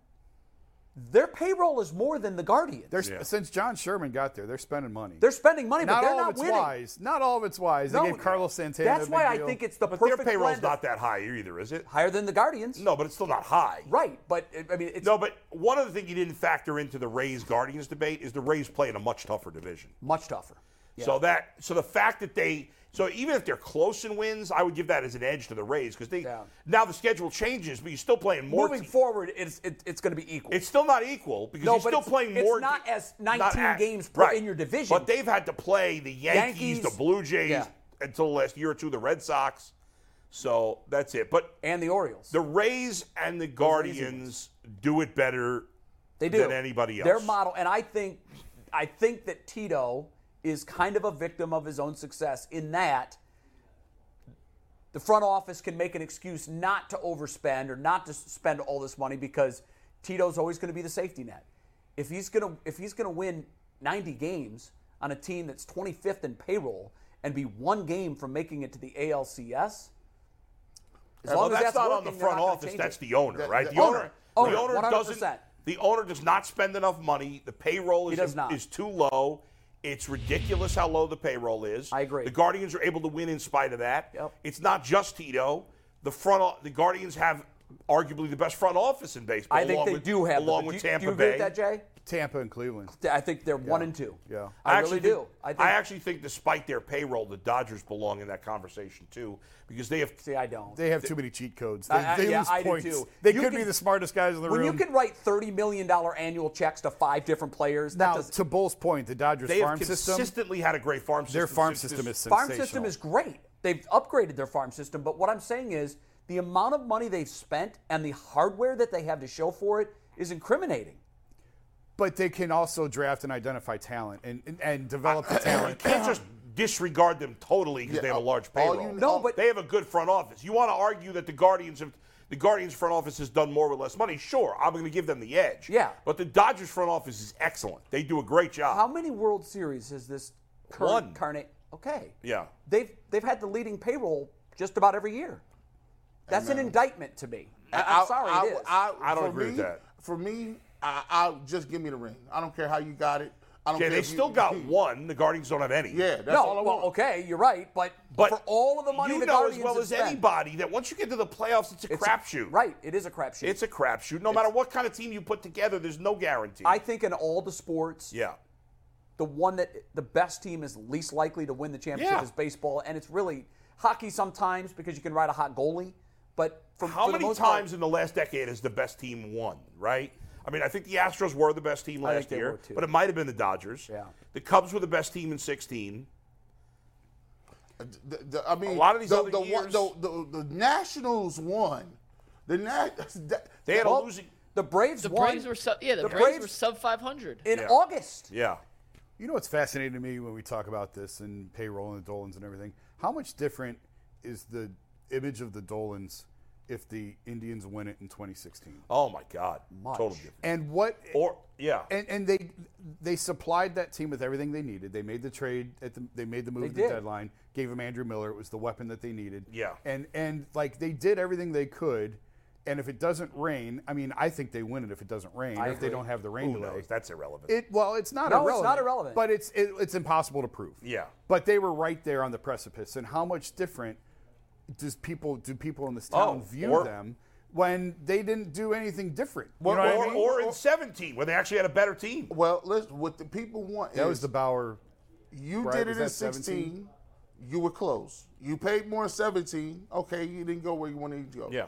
Speaker 2: Their payroll is more than the Guardians. They're,
Speaker 5: They're, Since John Sherman got there, they're spending money.
Speaker 2: spending money, but
Speaker 5: not
Speaker 2: they're
Speaker 5: all
Speaker 2: not
Speaker 5: of it's
Speaker 2: winning.
Speaker 5: wise. Not all of it's wise.
Speaker 2: No,
Speaker 5: they gave Carlos Santana. a
Speaker 2: That's
Speaker 5: big
Speaker 2: why I
Speaker 5: deal.
Speaker 2: think it's the
Speaker 3: But their
Speaker 2: perfect
Speaker 3: payroll's
Speaker 2: blend
Speaker 3: not
Speaker 2: of-
Speaker 3: that high either, is it?
Speaker 2: higher than the Guardians.
Speaker 3: No, but it's still not high.
Speaker 2: right, but I mean, it's
Speaker 3: No, but one other thing you didn't factor into the Rays Guardians debate is the Rays play in a much tougher division.
Speaker 2: much tougher.
Speaker 3: So that so the fact that they so even if they're close in wins, I would give that as an edge to the Rays because they
Speaker 2: Yeah.
Speaker 3: now the schedule changes, but you're still playing more.
Speaker 2: Moving
Speaker 3: te-
Speaker 2: forward, it's it, it's going to be equal.
Speaker 3: It's still not equal because
Speaker 2: No,
Speaker 3: you're
Speaker 2: but
Speaker 3: still
Speaker 2: it's-
Speaker 3: playing
Speaker 2: it's
Speaker 3: more.
Speaker 2: not
Speaker 3: te-
Speaker 2: as 19
Speaker 3: at-
Speaker 2: games per- in your division.
Speaker 3: But they've had to play the Yankees,
Speaker 2: Yankees,
Speaker 3: the Blue Jays
Speaker 2: yeah.
Speaker 3: until the last year or two, the Red Sox. So that's it. But
Speaker 2: and the Orioles.
Speaker 3: the Rays and the Guardians do it better
Speaker 2: They do.
Speaker 3: than anybody else.
Speaker 2: Their model, and I think, I think that Tito is kind of a victim of his own success in that the front office can make an excuse not to overspend or not to spend all this money because Tito's always going to be the safety net. If he's going to if he's going to win 90 games on a team that's 25th in payroll and be one game from making it to the ALCS, as
Speaker 3: Uh, well,
Speaker 2: long as
Speaker 3: that's,
Speaker 2: that's
Speaker 3: not
Speaker 2: working,
Speaker 3: on the
Speaker 2: they're
Speaker 3: front
Speaker 2: not gonna
Speaker 3: office.
Speaker 2: change
Speaker 3: That's
Speaker 2: it.
Speaker 3: the owner,
Speaker 1: That-
Speaker 3: right?
Speaker 1: that-
Speaker 3: The owner.
Speaker 2: Owner.
Speaker 3: The owner
Speaker 2: Owner,
Speaker 3: doesn't.
Speaker 2: 100%.
Speaker 3: The owner does not spend enough money. The payroll is
Speaker 2: does not.
Speaker 3: is too low. It's ridiculous how low the payroll is.
Speaker 2: I agree.
Speaker 3: The Guardians are able to win in spite of that.
Speaker 2: Yep.
Speaker 3: It's not just Tito. The front. o- The Guardians have arguably the best front office in baseball.
Speaker 2: I think
Speaker 3: along
Speaker 2: they
Speaker 3: with-
Speaker 2: do have
Speaker 3: along
Speaker 2: the,
Speaker 3: with
Speaker 2: do, you-
Speaker 3: Tampa
Speaker 2: do you agree
Speaker 3: Bay.
Speaker 2: with that, Jay?
Speaker 5: Tampa and Cleveland.
Speaker 2: I think they're one and two.
Speaker 5: Yeah.
Speaker 2: I,
Speaker 3: actually
Speaker 2: really do.
Speaker 3: think-
Speaker 2: I think
Speaker 3: actually think, despite their payroll, the Dodgers belong in that conversation too, because they have
Speaker 2: see. I don't.
Speaker 5: They have too many cheat codes. They,
Speaker 2: I- I-
Speaker 5: they
Speaker 2: yeah,
Speaker 5: lose
Speaker 2: I do
Speaker 5: points.
Speaker 2: too.
Speaker 5: They
Speaker 2: You
Speaker 5: could be
Speaker 2: can-
Speaker 5: the smartest guys in the
Speaker 2: when
Speaker 5: room.
Speaker 2: you can write thirty million dollar annual checks to five different players, that
Speaker 5: now,
Speaker 2: does
Speaker 5: to Bull's point, the Dodgers
Speaker 3: they have
Speaker 5: farm system,
Speaker 3: consistently had a great farm system.
Speaker 5: their farm
Speaker 3: since
Speaker 5: system
Speaker 3: this-
Speaker 5: is
Speaker 2: farm
Speaker 5: sensational.
Speaker 2: system is great. They've upgraded their farm system, but what I'm saying is the amount of money they've spent and the hardware that they have to show for it is incriminating.
Speaker 5: but they can also draft and identify talent and, and, and develop the talent.
Speaker 3: You can't just disregard them totally because
Speaker 1: Yeah,
Speaker 3: they have a
Speaker 2: uh,
Speaker 1: all-
Speaker 3: large
Speaker 1: all you
Speaker 3: payroll.
Speaker 1: know-
Speaker 2: No, but-
Speaker 3: they have a good front office. You want to argue that the Guardians have the Guardians front office has done more with less money? Sure, I'm going to give them the edge.
Speaker 2: Yeah.
Speaker 3: but the Dodgers front office is excellent. They do a great job.
Speaker 2: How many World Series has this
Speaker 3: One.
Speaker 2: current carnate? Okay.
Speaker 3: Yeah.
Speaker 2: They've they've had the leading payroll just about every year. That's an indictment to me. I, am sorry, it is.
Speaker 3: I don't
Speaker 1: for
Speaker 3: agree
Speaker 1: me,
Speaker 3: with that.
Speaker 1: For me, I, I just give me the ring. I don't care how you got it. I don't
Speaker 3: Okay,
Speaker 1: care
Speaker 3: they
Speaker 1: if you-
Speaker 3: still got one. The Guardians don't have any.
Speaker 1: Yeah, that's all I
Speaker 2: no,
Speaker 1: want.
Speaker 2: well, okay, you're right, but,
Speaker 3: But
Speaker 2: for all of the money
Speaker 3: you
Speaker 2: the
Speaker 3: know
Speaker 2: Guardians
Speaker 3: as well
Speaker 2: have
Speaker 3: as
Speaker 2: spent,
Speaker 3: anybody that once you get to the playoffs, it's a
Speaker 2: it's a-
Speaker 3: crapshoot.
Speaker 2: Right, it is a crapshoot.
Speaker 3: It's a crapshoot. No matter what kind of team you put together, there's no guarantee.
Speaker 2: I think in all the sports,
Speaker 3: yeah.
Speaker 2: the one that the best team is least likely to win the championship
Speaker 3: Yeah.
Speaker 2: is baseball, and it's really hockey sometimes because you can ride a hot goalie. But for,
Speaker 3: How
Speaker 2: for the
Speaker 3: many
Speaker 2: most
Speaker 3: times
Speaker 2: part-
Speaker 3: in the last decade has the best team won, right? I mean, I think the Astros were the best team
Speaker 2: I think
Speaker 3: last
Speaker 2: they
Speaker 3: year,
Speaker 2: were, too.
Speaker 3: but it might have been the Dodgers.
Speaker 2: Yeah.
Speaker 3: The Cubs were the best team in 16.
Speaker 1: The- the- I mean,
Speaker 3: A lot of these
Speaker 1: the,
Speaker 3: other
Speaker 1: the, one-
Speaker 3: years-
Speaker 1: the, the, the Nationals won. The Nat, that,
Speaker 3: They had
Speaker 2: Well,
Speaker 3: a losing.
Speaker 2: the Braves
Speaker 6: The
Speaker 2: won
Speaker 6: Braves were sub. Yeah, the,
Speaker 2: The
Speaker 6: Braves,
Speaker 2: Braves-
Speaker 6: were sub 500.
Speaker 2: in
Speaker 3: Yeah.
Speaker 2: August.
Speaker 3: Yeah.
Speaker 4: You know what's fascinating to me when we talk about this and payroll and the Dolans and everything? How much different is the image of the Dolans if the Indians win it in 2016?
Speaker 3: Oh, my God. Totally different.
Speaker 4: And what?
Speaker 3: Or, yeah.
Speaker 4: and, and they they supplied that team with everything they needed. They made the trade at the they made the move
Speaker 2: They
Speaker 4: at the
Speaker 2: did.
Speaker 4: deadline. Gave him Andrew Miller. It was the weapon that they needed.
Speaker 3: Yeah.
Speaker 4: And and like they did everything they could. And if it doesn't rain, I mean, I think they win it if it doesn't rain. if they don't have the rain
Speaker 3: Who
Speaker 4: delay,
Speaker 3: knows? That's irrelevant.
Speaker 4: It well, it's not
Speaker 2: No,
Speaker 4: irrelevant.
Speaker 2: it's not irrelevant.
Speaker 4: But it's it, it's impossible to prove.
Speaker 3: Yeah.
Speaker 4: But they were right there on the precipice. And how much different does people do people in this town
Speaker 3: Oh,
Speaker 4: view
Speaker 3: or-
Speaker 4: them when they didn't do anything different? You
Speaker 3: or,
Speaker 4: know what I
Speaker 3: or,
Speaker 4: mean?
Speaker 3: or in 17, where they actually had a better team.
Speaker 1: well, listen, what the people want
Speaker 4: that
Speaker 1: is
Speaker 4: was the Bauer.
Speaker 1: you
Speaker 4: right,
Speaker 1: did
Speaker 4: was
Speaker 1: it in
Speaker 4: that 17?
Speaker 1: 16. You were close. You paid more in 17. Okay, you didn't go where you wanted to go.
Speaker 3: Yeah.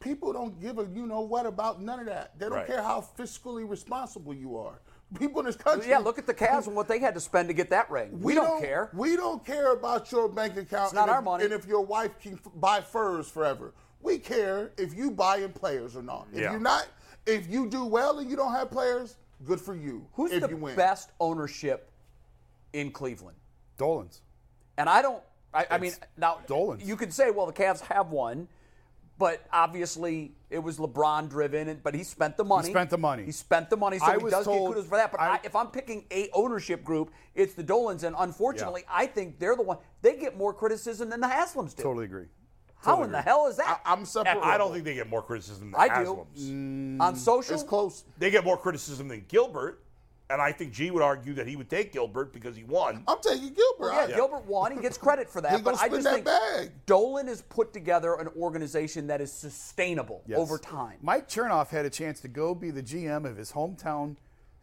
Speaker 1: People don't give a you know what about none of that. They don't
Speaker 3: Right.
Speaker 1: care how fiscally responsible you are. People in this country.
Speaker 2: Yeah, look at the Cavs and what they had to spend to get that ring. We, don't, care.
Speaker 1: We don't care about your bank account.
Speaker 2: It's not
Speaker 1: and
Speaker 2: our
Speaker 1: if-
Speaker 2: money.
Speaker 1: And if your wife can f- buy furs forever, we care if you buying players or not. If
Speaker 3: Yeah.
Speaker 1: you're not, if you do well and you don't have players, good for you.
Speaker 2: Who's
Speaker 1: if
Speaker 2: the
Speaker 1: you win.
Speaker 2: best ownership in Cleveland?
Speaker 4: Dolan's.
Speaker 2: And I don't. I, I mean, now
Speaker 4: Dolan.
Speaker 2: you could say, well, the Cavs have one, but obviously it was LeBron driven, and, but he spent the money.
Speaker 4: spent the money.
Speaker 2: He spent the money, so
Speaker 4: I
Speaker 2: he
Speaker 4: was
Speaker 2: does
Speaker 4: told-
Speaker 2: get kudos for that. But I,
Speaker 4: I-
Speaker 2: if I'm picking a ownership group, it's the Dolans, and unfortunately, I think they're the one. They get more criticism than the Haslams do.
Speaker 4: Totally agree.
Speaker 2: How in the hell is that?
Speaker 1: I, am separate.
Speaker 3: I don't think they get more criticism than
Speaker 2: I do. Mm.
Speaker 3: Haslam's.
Speaker 2: On social,
Speaker 1: it's close.
Speaker 3: They get more criticism than Gilbert, and I think G would argue that he would take Gilbert because he won.
Speaker 1: I'm taking Gilbert.
Speaker 2: Yeah,
Speaker 1: I-
Speaker 2: Gilbert won. He gets credit for that.
Speaker 1: He
Speaker 2: but
Speaker 1: gonna
Speaker 2: I
Speaker 1: spin
Speaker 2: just
Speaker 1: that
Speaker 2: think
Speaker 1: bag.
Speaker 2: Dolan has put together an organization that is sustainable
Speaker 4: Yes.
Speaker 2: over time.
Speaker 4: Mike Chernoff had a chance to go be the GM of his hometown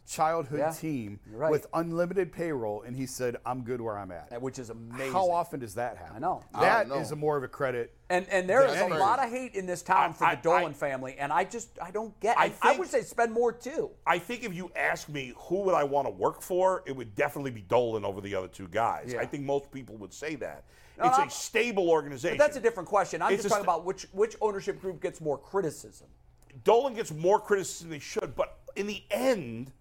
Speaker 4: childhood
Speaker 2: Yeah,
Speaker 4: team
Speaker 2: you're right.
Speaker 4: with unlimited payroll, and he said, "I'm good where I'm at."
Speaker 2: which is amazing.
Speaker 4: How often does that happen?
Speaker 2: I know. I
Speaker 4: That
Speaker 1: don't know.
Speaker 4: is a more of a credit.
Speaker 2: And and there is
Speaker 4: That's
Speaker 2: a
Speaker 4: crazy.
Speaker 2: lot of hate in this town for
Speaker 3: I-
Speaker 2: the Dolan
Speaker 3: I-
Speaker 2: family, and I just I don't get.
Speaker 3: I
Speaker 2: I, I
Speaker 3: think-
Speaker 2: would say spend more too.
Speaker 3: I think if you ask me who would I want to work for, it would definitely be Dolan over the other two guys. I think most people would say that. it's
Speaker 2: I'm-
Speaker 3: a stable organization.
Speaker 2: But that's a different question. I'm
Speaker 3: It's
Speaker 2: just
Speaker 3: a
Speaker 2: talking
Speaker 3: st-
Speaker 2: about which which ownership group gets more criticism.
Speaker 3: Dolan gets more criticism than he should, but in the end,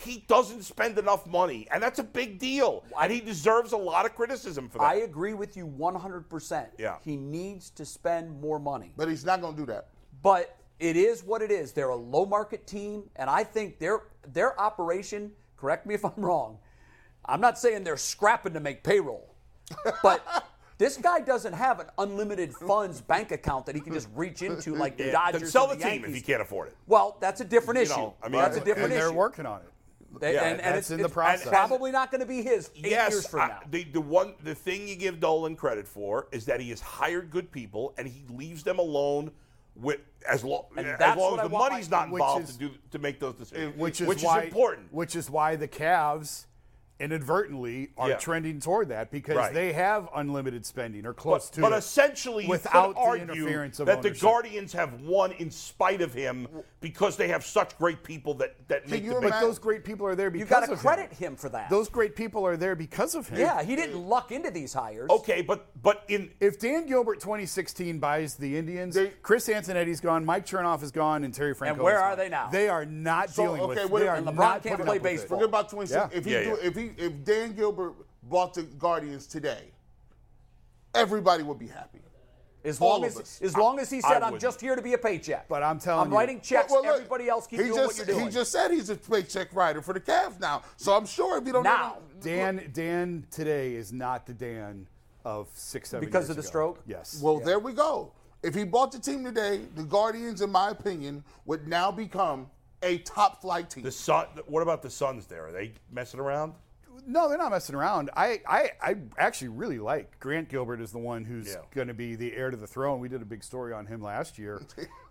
Speaker 3: he doesn't spend enough money, and that's a big deal. and he deserves a lot of criticism for that.
Speaker 2: I agree with you 100%.
Speaker 3: Yeah.
Speaker 2: He needs to spend more money.
Speaker 1: But he's not gonna do that.
Speaker 2: but it is what it is. They're a low market team, and I think their their operation. Correct me if I'm wrong. I'm not saying they're scrapping to make payroll, but this guy doesn't have an unlimited funds bank account that he can just reach into like the Dodgers.
Speaker 3: then sell
Speaker 2: and
Speaker 3: the,
Speaker 2: the,
Speaker 3: team if
Speaker 2: Yankees.
Speaker 3: he can't afford it.
Speaker 2: Well, that's a different issue.
Speaker 3: know, I mean-
Speaker 2: that's a
Speaker 3: Right.
Speaker 2: different
Speaker 4: and they're
Speaker 2: issue.
Speaker 4: working on it.
Speaker 2: They-
Speaker 3: Yeah,
Speaker 2: and, and
Speaker 4: that's
Speaker 2: it's,
Speaker 4: in the
Speaker 2: it's
Speaker 4: process.
Speaker 2: probably not going to be his eight
Speaker 3: yes,
Speaker 2: years from
Speaker 3: I-
Speaker 2: now.
Speaker 3: the the one the thing you give Dolan credit for is that he has hired good people and he leaves them alone with as, lo-
Speaker 2: And
Speaker 3: as
Speaker 2: that's
Speaker 3: long
Speaker 2: what
Speaker 3: as
Speaker 2: I
Speaker 3: the
Speaker 2: want my-
Speaker 3: money's not
Speaker 4: Which
Speaker 3: involved
Speaker 4: is-
Speaker 3: to do to make those decisions,
Speaker 4: which is why,
Speaker 3: important.
Speaker 4: Which is why the Cavs inadvertently are
Speaker 3: Yeah.
Speaker 4: trending toward that because
Speaker 3: Right.
Speaker 4: they have unlimited spending or
Speaker 3: but,
Speaker 4: close to
Speaker 3: but
Speaker 4: it.
Speaker 3: essentially,
Speaker 4: without
Speaker 3: you could
Speaker 4: the
Speaker 3: argue
Speaker 4: interference of
Speaker 3: that the
Speaker 4: ownership.
Speaker 3: Guardians have won in spite of him because they have such great people that that make
Speaker 1: you
Speaker 3: the
Speaker 4: But
Speaker 3: big.
Speaker 1: imagine-
Speaker 4: those great people are there
Speaker 2: You
Speaker 4: because
Speaker 2: got to
Speaker 4: of
Speaker 2: credit
Speaker 4: him.
Speaker 2: him for that.
Speaker 4: Those great people are there because of him.
Speaker 2: yeah, he didn't luck into these hires.
Speaker 3: Okay, but but in
Speaker 4: If Dan Gilbert 2016 buys the Indians,
Speaker 1: They-
Speaker 4: Chris Antonetti's gone, Mike Chernoff is gone, and Terry Franco.
Speaker 2: where
Speaker 4: is
Speaker 2: are
Speaker 4: gone.
Speaker 2: they now?
Speaker 4: They are not
Speaker 1: So,
Speaker 4: dealing
Speaker 1: okay,
Speaker 4: with.
Speaker 1: what
Speaker 4: They
Speaker 1: if-
Speaker 4: are
Speaker 1: and
Speaker 2: LeBron
Speaker 4: not
Speaker 2: can't
Speaker 4: putting
Speaker 2: play
Speaker 4: up with it.
Speaker 2: baseball.
Speaker 1: Forget about 26.
Speaker 4: Yeah.
Speaker 1: If he
Speaker 3: Yeah,
Speaker 1: do,
Speaker 3: yeah.
Speaker 1: if he if Dan Gilbert bought the Guardians today, everybody would be happy.
Speaker 2: As
Speaker 1: All
Speaker 2: long
Speaker 1: of
Speaker 2: as,
Speaker 1: us.
Speaker 2: as long as he said, I'm
Speaker 3: wouldn't.
Speaker 2: just here to be a paycheck.
Speaker 4: But I'm telling
Speaker 2: I'm
Speaker 4: you-
Speaker 2: writing checks.
Speaker 1: Well, well, look,
Speaker 2: Everybody else keep
Speaker 1: he
Speaker 2: doing
Speaker 1: just,
Speaker 2: what you're doing.
Speaker 1: He just said he's a paycheck writer for the Cavs now. So I'm sure if you don't
Speaker 2: Now.
Speaker 1: know,
Speaker 4: Dan Dan today is not the Dan of six seven
Speaker 2: Because
Speaker 4: years
Speaker 2: of the
Speaker 4: ago.
Speaker 2: stroke?
Speaker 4: Yes.
Speaker 1: Well, there we go. If he bought the team today, the Guardians, in my opinion, would now become a top flight team.
Speaker 3: The Sun. What about the Suns? There are they messing around?
Speaker 4: No, they're not messing around. I, I, I actually really like Grant Gilbert is the one who's
Speaker 3: Yeah.
Speaker 4: going to be the heir to the throne. We did a big story on him last year.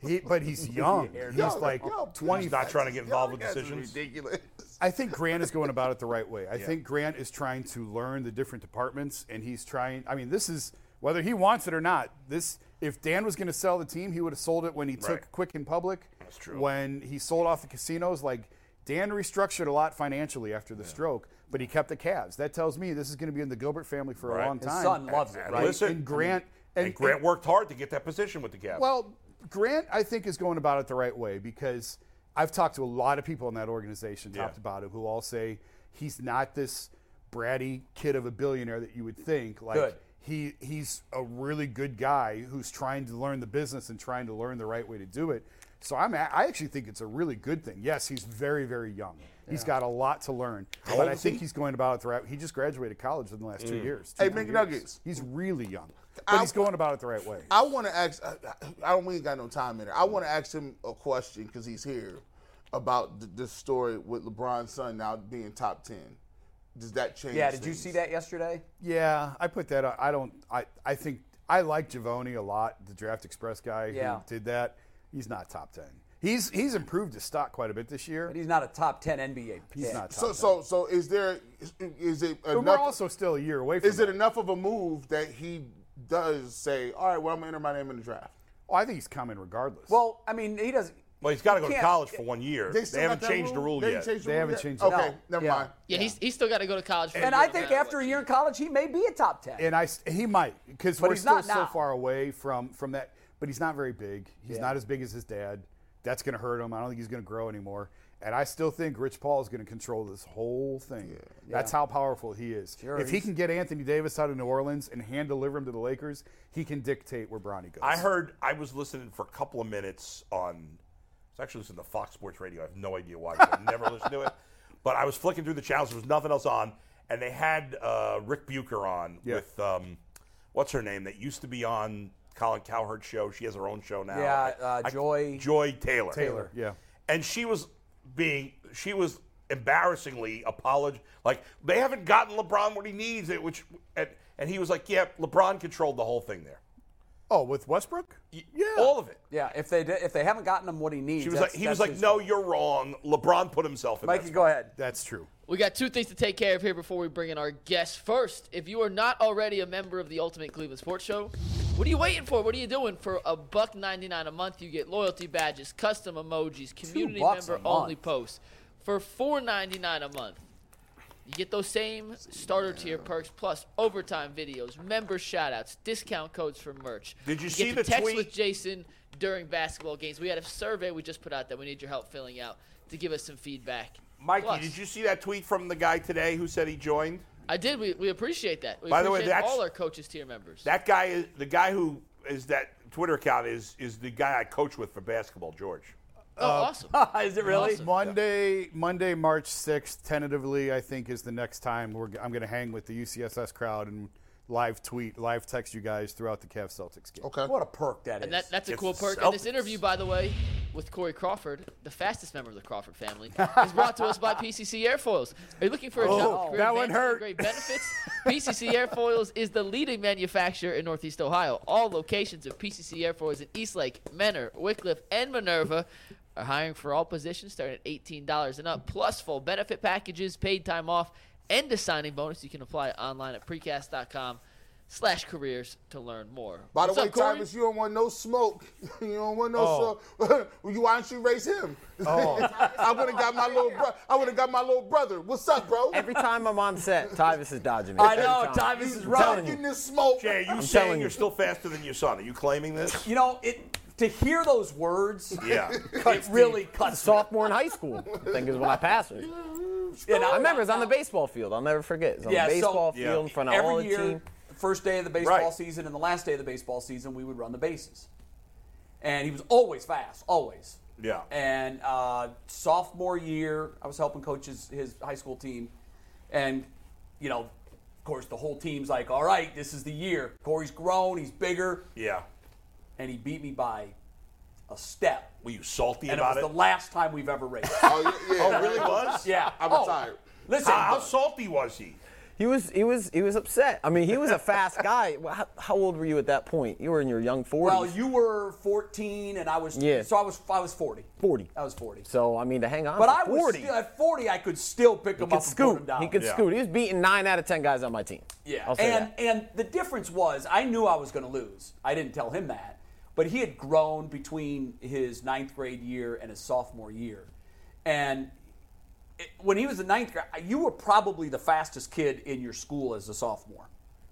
Speaker 4: He, but he's young. he's
Speaker 1: Yo,
Speaker 4: like
Speaker 1: yo,
Speaker 4: 20.
Speaker 3: He's not trying to get
Speaker 1: yo,
Speaker 3: involved with
Speaker 1: you guys are
Speaker 3: decisions.
Speaker 1: Ridiculous.
Speaker 4: I think Grant is going about it the right way. I think Grant is trying to learn the different departments, and he's trying. I mean, this is whether he wants it or not. This, if Dan was going to sell the team, he would have sold it when he took
Speaker 3: Right.
Speaker 4: Quick in public. That's
Speaker 3: true.
Speaker 4: When he sold off the casinos, like Dan restructured a lot financially after the stroke, but he kept the Cavs. That tells me this is going to be in the Gilbert family for
Speaker 3: Right.
Speaker 4: a long
Speaker 3: His
Speaker 4: time.
Speaker 2: His son loves it,
Speaker 3: And
Speaker 2: right?
Speaker 3: listen,
Speaker 4: and Grant
Speaker 3: and, Grant worked hard to get that position with the Cavs.
Speaker 4: well, Grant, I think, is going about it the right way because I've talked to a lot of people in that organization, top
Speaker 3: Yeah.
Speaker 4: to bottom, who all say he's not this bratty kid of a billionaire that you would think. Like
Speaker 2: Good.
Speaker 4: he he's a really good guy who's trying to learn the business and trying to learn the right way to do it. So I'm a- I actually think it's a really good thing. Yes, he's very very young. He's got a lot to learn, but
Speaker 3: old
Speaker 4: I
Speaker 3: is
Speaker 4: think
Speaker 3: he? Mm.
Speaker 4: he's going about it the right. He just graduated college in the last two years. two,
Speaker 1: Hey,
Speaker 4: three years.
Speaker 1: McNuggets.
Speaker 4: He's really young, but
Speaker 1: I-
Speaker 4: he's going about it the right way.
Speaker 1: I want to ask. I, I don't. We ain't got no time in there. I want to ask him a question because he's here about th- this story with LeBron's son now being top ten. Does that change?
Speaker 2: Yeah, did you
Speaker 1: things?
Speaker 2: see that yesterday?
Speaker 4: Yeah, I put that. on- I don't. I I think I like Javoni a lot, the Draft Express guy
Speaker 2: Yeah.
Speaker 4: who did that. He's not top ten. He's he's improved his stock quite a bit this year.
Speaker 2: But he's not a top 10 NBA pick.
Speaker 4: He's not top
Speaker 1: So,
Speaker 4: 10.
Speaker 1: so, so is there? Is, is it
Speaker 4: but we're
Speaker 1: enough?
Speaker 4: also still a year away from.
Speaker 1: is it enough of a move that he does say, "All right, well, I'm gonna enter my name in the draft"?
Speaker 4: Oh, I think he's coming regardless.
Speaker 2: Well, I mean, he doesn't.
Speaker 3: Well, he's got to go to
Speaker 2: can't-
Speaker 3: college for one year. They,
Speaker 1: still
Speaker 3: haven't
Speaker 1: got that
Speaker 3: changed the rule
Speaker 1: They
Speaker 3: yet.
Speaker 1: didn't change the
Speaker 4: They
Speaker 1: rule
Speaker 4: haven't
Speaker 1: yet?
Speaker 4: changed it.
Speaker 1: Okay,
Speaker 2: No.
Speaker 1: never
Speaker 2: Yeah.
Speaker 1: mind.
Speaker 6: Yeah, he's he's still got to go to college. For a
Speaker 2: And
Speaker 6: year
Speaker 2: I
Speaker 6: to
Speaker 2: think
Speaker 6: kinda
Speaker 2: after a
Speaker 6: let
Speaker 2: year in college, he may be a top 10.
Speaker 4: and I s- he might because
Speaker 2: But
Speaker 4: we're
Speaker 2: he's
Speaker 4: still
Speaker 2: not
Speaker 4: so
Speaker 2: now.
Speaker 4: far away from from that. But he's not very big. He's not as big as his dad. That's going to hurt him. I don't think he's going to grow anymore. And I still think Rich Paul is going to control this whole thing. That's how powerful he is. if he
Speaker 2: he's-
Speaker 4: can get Anthony Davis out of New Orleans and hand deliver him to the Lakers, he can dictate where Bronny goes.
Speaker 3: I heard. I was listening for a couple of minutes on. I was actually listening to Fox Sports Radio. I have no idea why. 'cause I've never listened to it. But I was flicking through the channels. There was nothing else on, and they had uh, Rick Bucher on
Speaker 4: Yeah.
Speaker 3: with um, what's her name that used to be on Colin Cowherd's show. She has her own show now.
Speaker 2: Yeah, uh, Joy-
Speaker 3: Joy Taylor.
Speaker 4: Taylor, yeah.
Speaker 3: and she was being she was embarrassingly apolog like they haven't gotten LeBron what he needs it which and, and he was like yeah LeBron controlled the whole thing there
Speaker 4: Oh, with Westbrook?
Speaker 3: all of it
Speaker 2: Yeah, if they did, if they haven't gotten him what he needs,
Speaker 3: she was like
Speaker 2: that's-
Speaker 3: he was
Speaker 2: that's
Speaker 3: like
Speaker 2: his
Speaker 3: no
Speaker 2: fault.
Speaker 3: you're wrong LeBron put himself in
Speaker 2: Mikey,
Speaker 3: that
Speaker 2: go ahead.
Speaker 4: That's true.
Speaker 6: We got two things to take care of here before we bring in our guests. First, if you are not already a member of the Ultimate Cleveland Sports Show, what are you waiting for? What are you doing? For a buck ninety nine a month, you get loyalty badges, custom emojis, community
Speaker 2: bucks a
Speaker 6: member only
Speaker 2: month.
Speaker 6: posts. For four ninety nine a month, you get those same starter tier perks plus overtime videos, member shoutouts, discount codes for merch.
Speaker 3: Did you
Speaker 6: get
Speaker 3: see
Speaker 6: to
Speaker 3: the
Speaker 6: text
Speaker 3: tweet?
Speaker 6: with Jason during basketball games? We had a survey we just put out that we need your help filling out to give us some feedback.
Speaker 3: Mikey
Speaker 6: Plus-
Speaker 3: did you see that tweet from the guy today who said he joined
Speaker 6: I did. We, we appreciate that. We
Speaker 3: By the way,
Speaker 6: appreciate
Speaker 3: that's-
Speaker 6: all our coaches tier members.
Speaker 3: that guy is the guy who is that Twitter account is is the guy I coach with for basketball George
Speaker 6: oh, awesome.
Speaker 2: Is it really?
Speaker 6: Awesome.
Speaker 4: Monday, Monday, March sixth, tentatively, I think is the next time we're, I'm going to hang with the UCSS crowd and live tweet, live text you guys throughout the Cavs Celtics game.
Speaker 1: Okay.
Speaker 2: What a perk that is.
Speaker 6: And that, that's a
Speaker 3: It's
Speaker 6: cool
Speaker 3: the
Speaker 6: perk. And this
Speaker 3: Celtics.
Speaker 6: interview, by the way, with Corey Crawford, the fastest member of the Crawford family, is brought to us by PCC Airfoils. Are you looking for a job with great
Speaker 4: that one
Speaker 6: advantages and
Speaker 4: hurt.
Speaker 6: Great benefits. PCC Airfoils is the leading manufacturer in Northeast Ohio. All locations of PCC Airfoils in Eastlake, Menor, Wickliffe, and Minerva are hiring for all positions starting at $18 and up, plus full benefit packages, paid time off, and a signing bonus. You can apply online at precast.com slash careers to learn more.
Speaker 1: By the
Speaker 6: What's up,
Speaker 1: way,
Speaker 6: Corey?
Speaker 1: Thomas, you don't want no smoke. you don't want no
Speaker 4: Oh.
Speaker 1: smoke. you, why don't you raise him? I would have got my little bro- I would have got my little brother. What's up, bro?
Speaker 7: Every time I'm on set, Tyvis is dodging me.
Speaker 2: I know. Time is
Speaker 1: Talking
Speaker 2: running.
Speaker 1: this smoke.
Speaker 3: Jay are you
Speaker 7: telling
Speaker 3: saying
Speaker 7: you.
Speaker 3: you're still faster than your son are you claiming this
Speaker 2: You know it. To hear those words,
Speaker 3: yeah
Speaker 2: it really cuts.
Speaker 7: Sophomore in high school, I think is when I passed her.
Speaker 2: me. And
Speaker 7: I remember it's on the baseball field. I'll never forget. It's on
Speaker 2: Yeah, so-
Speaker 7: the baseball
Speaker 3: Yeah.
Speaker 7: field in front of all
Speaker 2: Every
Speaker 7: the
Speaker 2: year,
Speaker 7: team.
Speaker 2: first day of the baseball
Speaker 3: Right.
Speaker 2: season and the last day of the baseball season, we would run the bases. And he was always fast, always.
Speaker 3: Yeah.
Speaker 2: And uh, sophomore year, I was helping coach his, his high school team. And, you know, of course, the whole team's like, all right, this is the year. Corey's grown, he's bigger.
Speaker 3: yeah
Speaker 2: And he beat me by a step.
Speaker 3: Were you salty
Speaker 2: And it
Speaker 3: about
Speaker 2: was
Speaker 3: it?
Speaker 2: the last time we've ever raced.
Speaker 1: Oh, yeah, yeah.
Speaker 3: oh, really was?
Speaker 2: yeah.
Speaker 1: I'm
Speaker 2: oh,
Speaker 1: retired.
Speaker 2: Listen,
Speaker 3: How, how salty was he?
Speaker 4: He was he was he was upset. I mean, he was a fast guy. Well, How, how old were you at that point? You were in your young 40s.
Speaker 2: well, you were 14 and I was
Speaker 4: Yeah.
Speaker 2: so I was I was 40.
Speaker 4: 40.
Speaker 2: I was 40.
Speaker 4: So I mean, to hang on.
Speaker 2: Oh. But
Speaker 4: for
Speaker 2: I was
Speaker 4: 40.
Speaker 2: still- at 40 I could still pick
Speaker 4: he
Speaker 2: him
Speaker 4: could
Speaker 2: up and put
Speaker 4: scoot.
Speaker 2: him down.
Speaker 4: He could
Speaker 3: Yeah.
Speaker 4: scoot. He was beating nine out of ten guys on my team.
Speaker 2: Yeah.
Speaker 4: I'll say
Speaker 2: and
Speaker 4: that.
Speaker 2: and the difference was I knew I was going to lose. I didn't tell him that, but he had grown between his ninth grade year and his sophomore year, and it- when he was in ninth grade, you were probably the fastest kid in your school as a sophomore.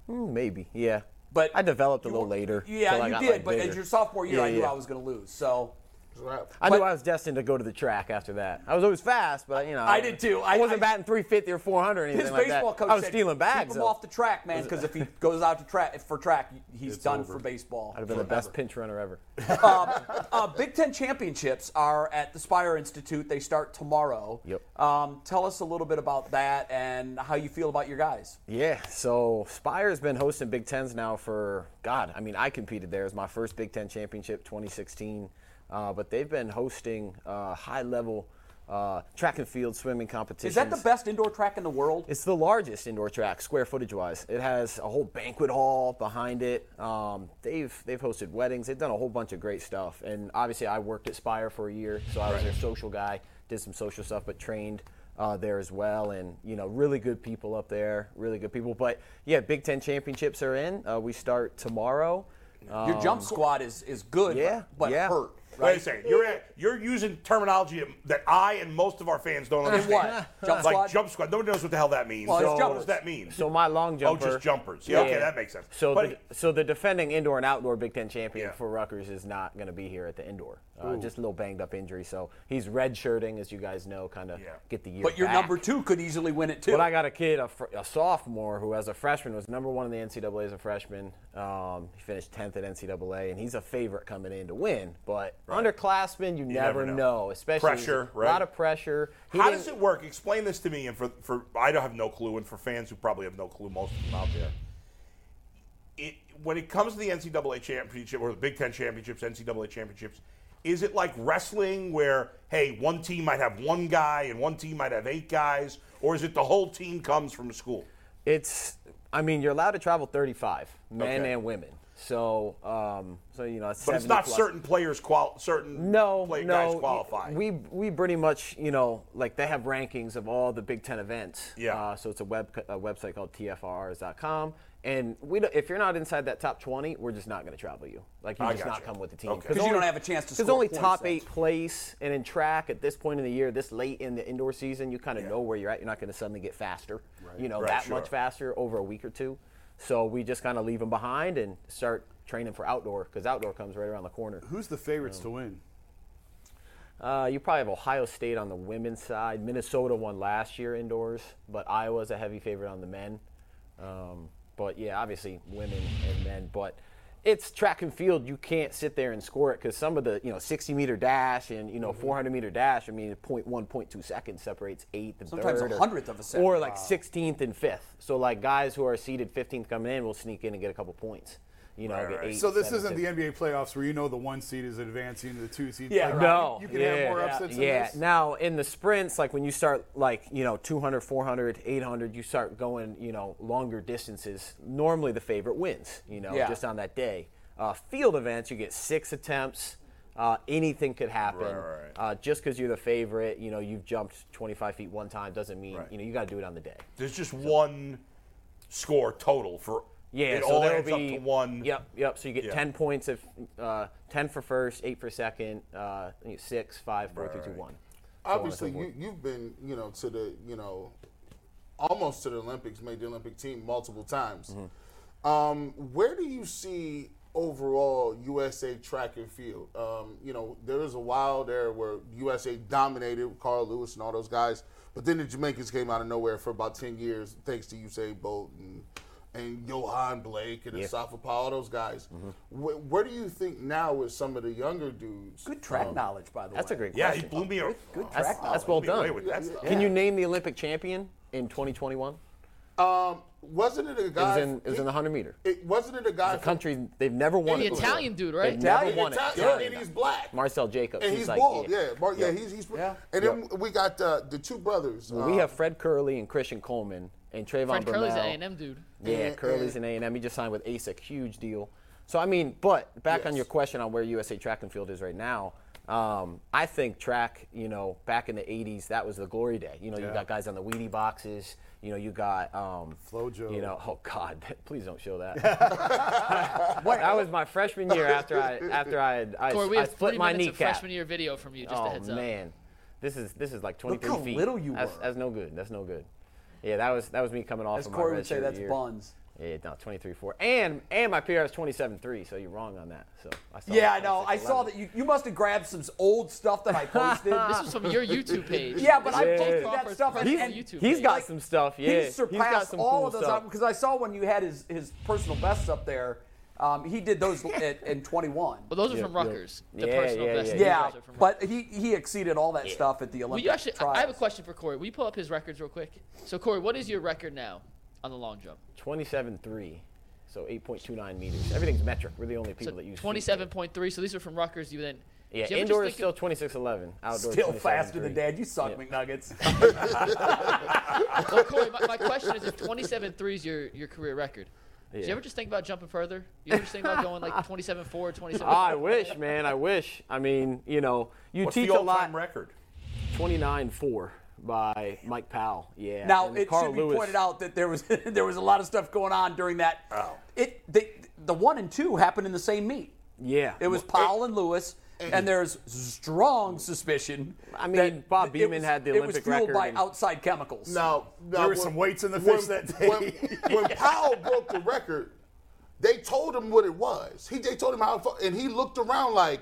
Speaker 4: Hmm, maybe. Yeah.
Speaker 2: But
Speaker 4: I developed a
Speaker 2: you
Speaker 4: little
Speaker 2: were-
Speaker 4: later. till
Speaker 2: Yeah,
Speaker 4: I
Speaker 2: you
Speaker 4: got,
Speaker 2: did.
Speaker 4: like,
Speaker 2: but
Speaker 4: bigger.
Speaker 2: as your sophomore year,
Speaker 4: Yeah,
Speaker 2: I knew
Speaker 4: yeah.
Speaker 2: I was going to lose. So
Speaker 1: Right.
Speaker 4: I knew
Speaker 2: but-
Speaker 4: I was destined to go to the track after that. I was always fast, but you know.
Speaker 2: I did too. I-
Speaker 4: I, wasn't
Speaker 2: I-
Speaker 4: batting 350 or 400 or anything
Speaker 2: his
Speaker 4: like
Speaker 2: baseball
Speaker 4: that.
Speaker 2: coach
Speaker 4: I was
Speaker 2: said,
Speaker 4: stealing bags.
Speaker 2: Keep him
Speaker 4: though.
Speaker 2: off the track, man, because if he goes out to track for track, he's done for baseball.
Speaker 4: I'd have been the
Speaker 2: forever.
Speaker 4: best pinch runner ever.
Speaker 2: uh, Big Ten championships are at the Spire Institute. They start tomorrow.
Speaker 4: Yep.
Speaker 2: Um, tell us a little bit about that and how you feel about your guys.
Speaker 4: Yeah, so Spire's been hosting Big Tens now for, God, I mean, I competed there. It was my first Big Ten championship, 2016. Uh, but they've been hosting uh, high level uh, track and field swimming competitions.
Speaker 2: Is that the best indoor track in the world?
Speaker 4: It's the largest indoor track, square footage wise. It has a whole banquet hall behind it. Um, they've they've hosted weddings. They've done a whole bunch of great stuff. And obviously, I worked at Spire for a year, so I was their social guy. Did some social stuff, but trained uh, there as well. And you know, really good people up there. Really good people. But yeah, Big Ten championships are in. Uh, we start tomorrow. Uh,
Speaker 2: your jump squad is, is good,
Speaker 4: Yeah,
Speaker 2: but, but
Speaker 4: yeah.
Speaker 2: hurt.
Speaker 3: Wait a second. You're at, you're using terminology that I and most of our fans don't understand.
Speaker 2: what? Jump
Speaker 3: like
Speaker 2: squad?
Speaker 3: jump squad. Nobody knows what the hell that means.
Speaker 2: Well, it's
Speaker 3: so what
Speaker 2: jumpers.
Speaker 3: does that mean?
Speaker 4: so my long
Speaker 3: oh,
Speaker 4: jumper.
Speaker 3: just jumpers. Yeah, okay, that makes sense.
Speaker 4: So
Speaker 3: but
Speaker 4: the, so the defending indoor and outdoor Big Ten champion
Speaker 3: Yeah.
Speaker 4: for Rutgers is not going to be here at the indoor. Uh, just a little banged up injury, so he's red shirting, as you guys know, kind of
Speaker 3: Yeah.
Speaker 4: get the year.
Speaker 2: But your
Speaker 4: back.
Speaker 2: number two could easily win it, too.
Speaker 4: But I got a kid, a, fr- a sophomore, who as a freshman was number one in the NCAA as a freshman. Um, he finished 10th at NCAA, and he's a favorite coming in to win. But underclassmen, you, never,
Speaker 3: never know.
Speaker 4: know. especially
Speaker 3: Pressure,
Speaker 4: a
Speaker 3: right?
Speaker 4: lot of pressure. He
Speaker 3: how does
Speaker 4: didn't-
Speaker 3: it work? Explain this to me, and for for I don't have no clue, and for fans who probably have no clue, most of them out there. It, when it comes to the NCAA championship or the Big Ten championships, NCAA championships, is it like wrestling where hey, one team might have one guy and one team might have eight guys, or is it the whole team comes from school?
Speaker 4: It's, I mean, you're allowed to travel 35, men
Speaker 3: Okay.
Speaker 4: and women. So, um, so you know, it's
Speaker 3: But it's not
Speaker 4: 70 plus.
Speaker 3: certain players qual certain
Speaker 4: no,
Speaker 3: play-
Speaker 4: no,
Speaker 3: guys
Speaker 4: y-
Speaker 3: qualify.
Speaker 4: We we pretty much you know like they have rankings of all the Big Ten events.
Speaker 3: Yeah.
Speaker 4: Uh, so it's a web a website called tfrs.com, and we don't, if you're not inside that top 20, we're just not going to travel you. Like you
Speaker 3: I
Speaker 4: just
Speaker 3: gotcha.
Speaker 4: not come with the team
Speaker 3: Okay.
Speaker 2: 'Cause you
Speaker 4: only-
Speaker 2: don't have a chance to
Speaker 4: Because
Speaker 2: score
Speaker 4: only
Speaker 2: points
Speaker 4: top
Speaker 2: then.
Speaker 4: eight place and in track at this point in the year, this late in the indoor season, you kind of
Speaker 3: Yeah.
Speaker 4: know where you're at. You're not going to suddenly get faster. You know
Speaker 3: Right,
Speaker 4: that
Speaker 3: sure.
Speaker 4: much faster over a week or two. So we just kind of leave them behind and start training for outdoor because outdoor comes right around the corner.
Speaker 5: Who's the favorites to win?
Speaker 4: Uh, you probably have Ohio State on the women's side. Minnesota won last year indoors, but Iowa's a heavy favorite on the men. Um, but yeah, obviously women and men. But it's track and field. You can't sit there and score it because some of the you know 60 meter dash and you know
Speaker 2: Mm-hmm.
Speaker 4: 400 meter dash. I mean, 0.1, 0.2 seconds separates eighth and
Speaker 2: Sometimes
Speaker 4: third,
Speaker 2: a
Speaker 4: or-
Speaker 2: hundredth of a second.
Speaker 4: or like 16th and fifth. So like guys who are seeded 15th coming in will sneak in and get a couple points. You know, get eight,
Speaker 5: So this
Speaker 4: seven,
Speaker 5: isn't
Speaker 4: six.
Speaker 5: the NBA playoffs where you know the one seed is advancing to the two seed.
Speaker 2: Yeah,
Speaker 5: Like,
Speaker 4: No.
Speaker 5: You can
Speaker 4: yeah.
Speaker 5: have more upsets.
Speaker 4: Yeah.
Speaker 5: Than this?
Speaker 4: Now in the sprints, like when you start like you know 200, 400, 800, you start going you know longer distances. Normally the favorite wins. You know,
Speaker 2: Yeah.
Speaker 4: just on that day. Uh, field events, you get six attempts. Uh, anything could happen.
Speaker 3: Right, right.
Speaker 4: Uh, just because you're the favorite, you know, you've jumped 25 feet one time doesn't mean you know you got to do it on the day.
Speaker 3: There's just one score total for
Speaker 4: Yeah,
Speaker 3: It
Speaker 4: so
Speaker 3: all
Speaker 4: there'll
Speaker 3: adds
Speaker 4: be
Speaker 3: up to one.
Speaker 4: Yep, yep. So you get
Speaker 3: Yeah.
Speaker 4: ten points if uh, ten for first, eight for second, uh, six, five, four, three, two, one. So on and so
Speaker 1: Obviously,
Speaker 4: forth.
Speaker 1: you, you've been, you know, to the, you know, almost to the Olympics, made the Olympic team multiple times.
Speaker 4: Mm-hmm.
Speaker 1: Um, where do you see overall USA track and field? Um, you know, there was a while there where USA dominated with Carl Lewis and all those guys, but then the Jamaicans came out of nowhere for about 10 years, thanks to Usain Bolt and, and Johan Blake and Asafa Powell, all those guys. Where, where do you think now with some of the younger dudes?
Speaker 2: Good track knowledge, by the way.
Speaker 4: Oh, That's a great
Speaker 3: Yeah,
Speaker 4: question.
Speaker 3: he blew me away.
Speaker 2: Good track
Speaker 4: That's,
Speaker 2: knowledge.
Speaker 4: that's well
Speaker 3: Blew me
Speaker 4: done.
Speaker 3: away with that stuff.
Speaker 4: Can you name the Olympic champion in 2021?
Speaker 1: Um, Wasn't it a
Speaker 4: It was
Speaker 1: guy?
Speaker 4: in it was in the hundred meter. It
Speaker 1: it- wasn't it a guy?
Speaker 4: was a country they've never won
Speaker 6: The
Speaker 4: it. before.
Speaker 6: Italian dude, right?
Speaker 4: They've never
Speaker 1: Uh, Italian,
Speaker 4: won it.
Speaker 1: Italian, and he's black.
Speaker 4: Marcel Jacobs.
Speaker 1: and
Speaker 4: he's,
Speaker 1: he's,
Speaker 4: like,
Speaker 1: bald.
Speaker 4: yeah.
Speaker 1: Yeah, Mar- yeah, he's he's. And then we got uh, the two brothers.
Speaker 4: Well, we
Speaker 1: uh,
Speaker 4: have Fred Curley and Christian Coleman and Trayvon
Speaker 6: Fred Curley's
Speaker 4: Burnell.
Speaker 6: an A&M dude.
Speaker 4: Yeah,
Speaker 1: And-
Speaker 4: Curly's an A&M. He just signed with ASIC, huge deal. So I mean, but back on your question on where USA Track and Field is right now, um, I think track, you know, back in the '80s, that was the glory day. You know, you got guys on the Wheatie boxes. You know, you got um,
Speaker 5: Flojo.
Speaker 4: You know, oh God, please don't show that. that was my freshman year after I after I had, I,
Speaker 6: Corey, we
Speaker 4: I
Speaker 6: have
Speaker 4: split
Speaker 6: three
Speaker 4: my
Speaker 6: minutes
Speaker 4: kneecap.
Speaker 6: of freshman year video from you. Just a
Speaker 4: Oh
Speaker 6: heads up.
Speaker 4: man, this is this is like 23
Speaker 2: how
Speaker 4: feet.
Speaker 2: little you
Speaker 4: that's,
Speaker 2: were.
Speaker 4: that's no good. That's no good. Yeah, that was that was me coming off.
Speaker 2: As
Speaker 4: of
Speaker 2: Corey
Speaker 4: my
Speaker 2: would say,
Speaker 4: redshirt
Speaker 2: that's
Speaker 4: year.
Speaker 2: buns.
Speaker 4: Yeah, no, 23-4. uh, And and my PR is 27-3, so you're wrong on that. So I saw
Speaker 2: Yeah, I know. I saw that you, you must have grabbed some old stuff that I posted.
Speaker 6: This was from your YouTube page.
Speaker 2: yeah, but I
Speaker 4: Yeah.
Speaker 2: posted that
Speaker 6: Crawford's
Speaker 2: stuff. And,
Speaker 6: He's-
Speaker 2: and
Speaker 6: YouTube
Speaker 4: He's
Speaker 6: page.
Speaker 4: got
Speaker 6: Like,
Speaker 4: some stuff. Yeah,
Speaker 2: he
Speaker 4: he's got
Speaker 2: surpassed
Speaker 4: some
Speaker 2: all
Speaker 4: cool
Speaker 2: of those
Speaker 4: stuff.
Speaker 2: because I saw when you had his, his personal bests up there. Um, he did those at, in 21.
Speaker 6: Well, those are from Rutgers. The
Speaker 4: Yeah,
Speaker 6: personal
Speaker 4: yeah,
Speaker 6: best.
Speaker 4: yeah,
Speaker 6: these
Speaker 2: Yeah,
Speaker 6: guys are from
Speaker 2: but he, he exceeded all that stuff at the
Speaker 6: Will
Speaker 2: Olympic
Speaker 6: you actually, I-
Speaker 2: trials.
Speaker 6: I have a question for Corey. Will you pull up his records real quick? So, Corey, what is your record now on the long jump?
Speaker 4: 27-3, so 8.29 meters. Everything's metric. We're the only
Speaker 6: So
Speaker 4: people that use feet.
Speaker 6: 27.3. So these are from Rutgers. You then.
Speaker 4: Yeah,
Speaker 6: Do you ever just
Speaker 4: indoor is
Speaker 6: think
Speaker 4: still
Speaker 6: of-
Speaker 4: 26-11. Outdoor
Speaker 2: Still faster than
Speaker 4: 27-3.
Speaker 2: Dad. You suck, McNuggets.
Speaker 6: Well, Corey, my, my question is: If 27.3 is your, your career record, do
Speaker 4: Yeah.
Speaker 6: you ever just think about jumping further? You ever just think about going like 27.4, 27?
Speaker 4: Ah, I wish, man. I wish. I mean, you know, you
Speaker 3: What's
Speaker 4: teach
Speaker 3: the
Speaker 4: a
Speaker 3: all-time
Speaker 4: lot.
Speaker 3: record?
Speaker 4: 29-4 by Mike Powell. Yeah.
Speaker 2: Now
Speaker 4: and
Speaker 2: it
Speaker 4: Carl
Speaker 2: should be
Speaker 4: Lewis.
Speaker 2: pointed out that there was there was a lot of stuff going on during that. Oh. It they, the one and two happened in the same meet.
Speaker 4: Yeah.
Speaker 2: It was Powell and Lewis, and there's strong suspicion.
Speaker 4: I mean,
Speaker 2: that
Speaker 4: Bob
Speaker 2: it
Speaker 4: Beamon
Speaker 2: was-
Speaker 4: had the
Speaker 2: It was
Speaker 4: Olympic
Speaker 2: fueled
Speaker 4: record
Speaker 2: by
Speaker 4: and-
Speaker 2: outside chemicals.
Speaker 1: Now, now
Speaker 5: were some weights in the fish that day.
Speaker 1: When, when Powell broke the record, they told him what it was. He they told him how, far, and he looked around like,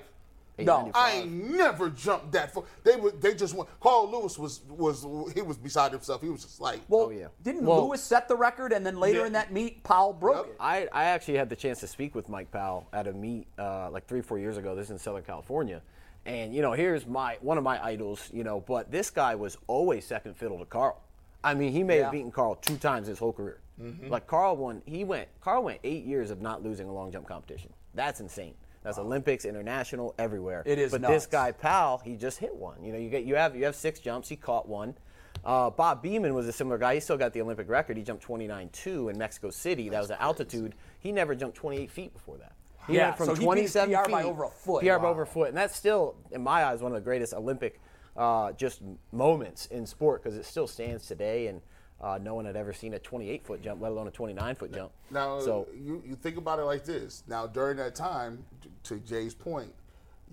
Speaker 2: no,
Speaker 1: I ain't never jumped that far. They were, they just went. Carl Lewis was was he was beside himself. He was just like,
Speaker 2: Well,
Speaker 4: Oh, yeah.
Speaker 2: didn't
Speaker 4: Well-
Speaker 2: Lewis set the record, and then later in that meet, Powell broke it.
Speaker 4: I, I actually had the chance to speak with Mike Powell at a meet uh, like three four years ago. This is in Southern California, and you know here's my one of my idols, you know. But this guy was always second fiddle to Carl. I mean, he may
Speaker 2: Yeah. Mm-hmm.
Speaker 4: have beaten Carl two times his whole career. Like Carl won, he went Carl went eight years of not losing a long jump competition. That's insane. That's Olympics, international, everywhere.
Speaker 2: It is
Speaker 4: But
Speaker 2: nuts.
Speaker 4: this guy Powell, he just hit one. You know, you get you have you have six jumps. He caught one. Uh, Bob Beeman was a similar guy. He still got the Olympic record. He jumped 29.2 in Mexico City. that was at altitude. He never jumped 28 feet before that. He
Speaker 2: Yeah,
Speaker 4: went from
Speaker 2: so he beat
Speaker 4: 27
Speaker 2: PR
Speaker 4: feet,
Speaker 2: by over a foot.
Speaker 4: PR by
Speaker 2: Wow.
Speaker 4: over a foot, and that's still, in my eyes, one of the greatest Olympic uh, just moments in sport because it still stands today, and uh, no one had ever seen a 28 foot jump, let alone a 29 foot jump.
Speaker 1: Now,
Speaker 4: so
Speaker 1: you, you think about it like this. Now, during that time, t- to Jay's point,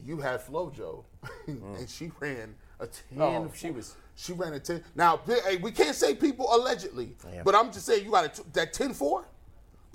Speaker 1: you had FloJo, and she ran a 10.
Speaker 2: Oh, she was-
Speaker 1: She ran a 10. Now, pe- hey, we can't say people allegedly, but I'm just saying you got a t- that 10 4?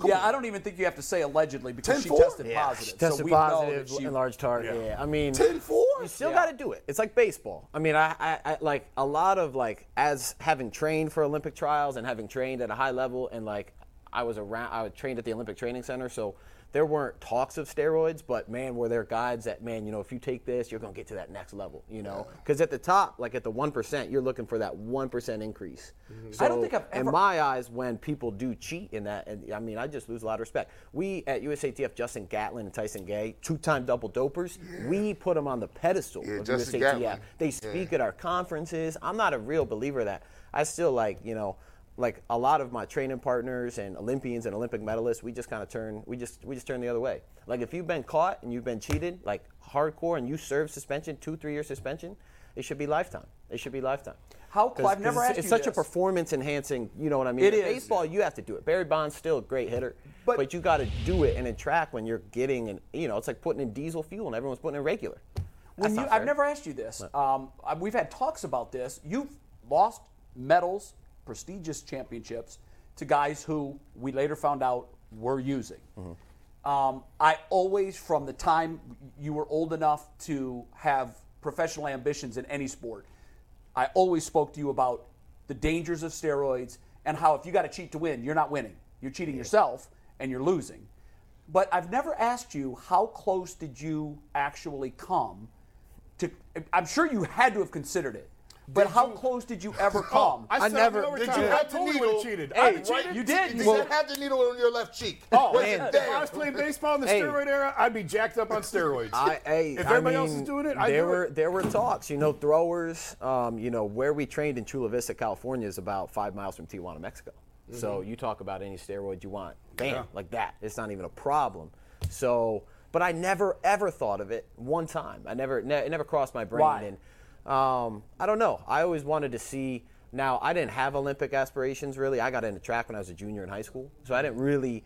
Speaker 2: yeah, I don't even think you have to say allegedly because she
Speaker 1: 10-4?
Speaker 2: tested
Speaker 1: Yeah,
Speaker 2: positive. so
Speaker 4: tested
Speaker 2: we
Speaker 4: positive,
Speaker 2: know that she,
Speaker 4: enlarged heart. Yeah. I mean,
Speaker 1: 10 4?
Speaker 4: You still got to do it. It's like baseball. I mean, I, I, I like a lot of like as having trained for Olympic trials and having trained at a high level and like I was around. I was trained at the Olympic Training Center, so there weren't talks of steroids, but man, were there guides that man, you know, if you take this, you're gonna get to that next level, you know? Because at the top, like at the one percent, you're looking for that one percent increase. So
Speaker 2: Mm-hmm. I don't think I've ever-
Speaker 4: in my eyes, when people do cheat in that, and I mean, I just lose a lot of respect. We at USATF, Justin Gatlin and Tyson Gay, two-time double dopers, we put them on the pedestal
Speaker 1: Yeah,
Speaker 4: of
Speaker 1: Justin
Speaker 4: USATF.
Speaker 1: Gatlin.
Speaker 4: They speak at our conferences. I'm not a real believer of that. I still like, you know, like a lot of my training partners and Olympians and Olympic medalists, we just kind of turn, we just we just turn the other way. Like if you've been caught and you've been cheated, like hardcore, and you serve suspension, two three year suspension, it should be lifetime. It should be lifetime.
Speaker 2: How- I've never
Speaker 4: it's,
Speaker 2: asked
Speaker 4: It's
Speaker 2: you
Speaker 4: such
Speaker 2: this.
Speaker 4: a performance enhancing. You know what I mean?
Speaker 2: It
Speaker 4: In
Speaker 2: is.
Speaker 4: Baseball, you have to do it. Barry Bonds still a great hitter,
Speaker 2: But-
Speaker 4: but, you got to do it. And in track, when you're getting, and you know, it's like putting in diesel fuel, and everyone's putting in regular.
Speaker 2: when
Speaker 4: That's
Speaker 2: you,
Speaker 4: not
Speaker 2: I've
Speaker 4: fair.
Speaker 2: never asked you this. Um, I- we've had talks about this. You've lost medals, prestigious championships, to guys who we later found out were using.
Speaker 4: Mm-hmm.
Speaker 2: Um, I always, from the time you were old enough to have professional ambitions in any sport, I always spoke to you about the dangers of steroids and how if you got to cheat to win, you're not winning. You're cheating yourself and you're losing. But I've never asked you how close did you Oh, actually come to I'm sure you had to have considered it. But how close did you ever come?
Speaker 5: I,
Speaker 4: never-
Speaker 5: never.
Speaker 1: Did you have the
Speaker 5: totally would
Speaker 1: needle?
Speaker 5: have cheated.
Speaker 2: Hey,
Speaker 5: I would've cheated.
Speaker 2: you did.
Speaker 1: Did
Speaker 2: Well-
Speaker 1: you have the needle on your left cheek?
Speaker 5: Oh,
Speaker 1: Was
Speaker 5: man.
Speaker 1: it
Speaker 5: If I
Speaker 1: there?
Speaker 5: was playing baseball in the
Speaker 4: Hey.
Speaker 5: steroid era, I'd be jacked up on steroids.
Speaker 4: I, hey,
Speaker 5: if
Speaker 4: I
Speaker 5: everybody else
Speaker 4: mean,
Speaker 5: is doing it, I
Speaker 4: there
Speaker 5: do
Speaker 4: were
Speaker 5: it.
Speaker 4: there were talks. You know, throwers. Um, you know, where we trained in Chula Vista, California, is about five miles from Tijuana, Mexico. So you talk about any steroid you want, bam, like that. It's not even a problem. So, but I never ever thought of it one time. I never ne- it never crossed my brain.
Speaker 2: Why?
Speaker 4: And um, I don't know. I always wanted to see. Now, I didn't have Olympic aspirations really. I got into track when I was a junior in high school, so I didn't really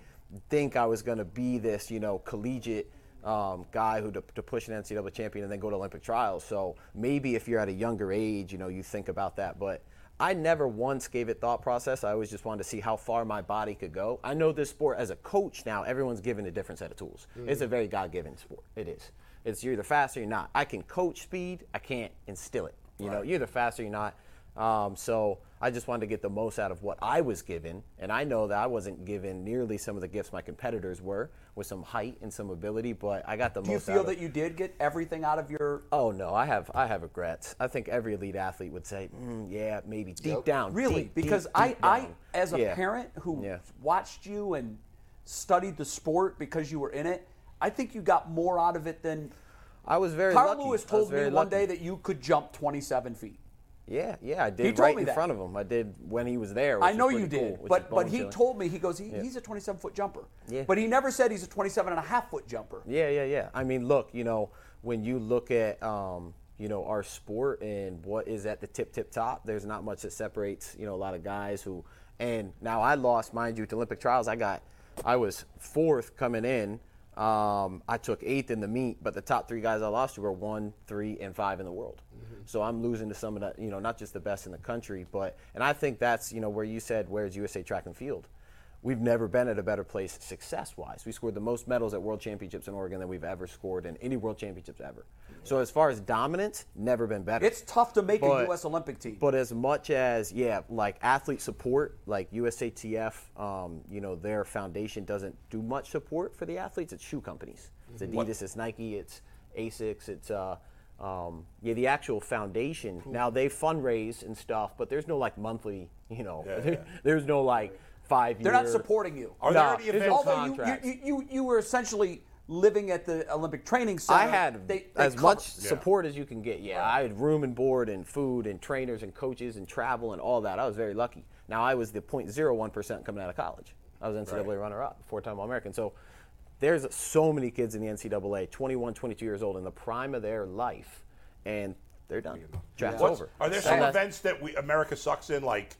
Speaker 4: think I was going to be this, you know, collegiate um, guy who to, to push an NCAA champion and then go to Olympic trials. So maybe if you're at a younger age, you know, you think about that, but. I never once gave it thought process. I always just wanted to see how far my body could go. I know this sport as a coach now, everyone's given a different set of tools. It's a
Speaker 2: Mm-hmm.
Speaker 4: very God given sport. It is. It's you're either fast or you're not. I can coach speed, I can't instill it. You know, you're either fast or you're not. Um, so I just wanted to get the most out of what I was given. And I know that I wasn't given nearly some of the gifts my competitors were with some height and some ability, but I got the
Speaker 2: Do you
Speaker 4: most
Speaker 2: feel
Speaker 4: out of
Speaker 2: that you did get everything out of your?
Speaker 4: Oh no, I have I have regrets. I think every elite athlete would say, mm, yeah, maybe deep down.
Speaker 2: Really?
Speaker 4: deep,
Speaker 2: because
Speaker 4: deep,
Speaker 2: I,
Speaker 4: deep
Speaker 2: I,
Speaker 4: down.
Speaker 2: as a
Speaker 4: Yeah.
Speaker 2: parent who
Speaker 4: Yeah.
Speaker 2: watched you and studied the sport because you were in it, I think you got more out of it than.
Speaker 4: I was very
Speaker 2: Carl
Speaker 4: lucky.
Speaker 2: Lewis
Speaker 4: I was
Speaker 2: told me
Speaker 4: very
Speaker 2: one
Speaker 4: lucky.
Speaker 2: day that you could jump 27 feet.
Speaker 4: Yeah, yeah, I did
Speaker 2: told
Speaker 4: right
Speaker 2: me
Speaker 4: in
Speaker 2: that.
Speaker 4: front of him. I did when he was there. which
Speaker 2: I
Speaker 4: was
Speaker 2: know you
Speaker 4: pretty cool,
Speaker 2: did,
Speaker 4: which is
Speaker 2: but but he
Speaker 4: bone-chilling.
Speaker 2: told me he goes he, he's a 27 foot jumper,
Speaker 4: Yeah.
Speaker 2: but he never said he's a 27 and a half foot jumper.
Speaker 4: Yeah, yeah, yeah. I mean, look, you know, when you look at um, you know our sport and what is at the tip, tip top, there's not much that separates you know a lot of guys who. And now I lost, mind you, to Olympic trials. I got, I was fourth coming in. Um, I took eighth in the meet, but the top three guys I lost to were one, three, and five in the world. So I'm losing to some of the, you know, not just the best in the country, but and I think that's you know where you said where's USA Track and Field we've never been at a better place success wise. We scored the most medals at World Championships in Oregon than we've ever scored in any World Championships ever. So, as far as dominance, never been better.
Speaker 2: It's tough to make a
Speaker 4: But-
Speaker 2: U.S. Olympic team.
Speaker 4: But as much as yeah, like athlete support, like USATF, um, you know, their foundation doesn't do much support for the athletes. It's shoe companies. It's Adidas, it's Nike, it's Asics, it's uh, um, yeah, the actual foundation. Now they fundraise and stuff, but there's no like monthly, you know, there's no like five.
Speaker 2: They're not supporting you.
Speaker 3: Are there any events?
Speaker 2: Although you,
Speaker 4: contracts.
Speaker 2: you, you, you were essentially living at the Olympic Training Center.
Speaker 4: I had
Speaker 2: uh, They- they
Speaker 4: as
Speaker 2: covered.
Speaker 4: much support as you can get. Yeah, I had room and board and food and trainers and coaches and travel and all that. I was very lucky. Now I was the 0.01% coming out of college. I was NCAA runner-up, four-time All-American. So there's so many kids in the NCAA, 21, 22 years old, in the prime of their life, and they're done. Draft's
Speaker 3: What's-
Speaker 4: over.
Speaker 3: Are there
Speaker 4: So
Speaker 3: some
Speaker 4: that's-
Speaker 3: events that we America sucks in, like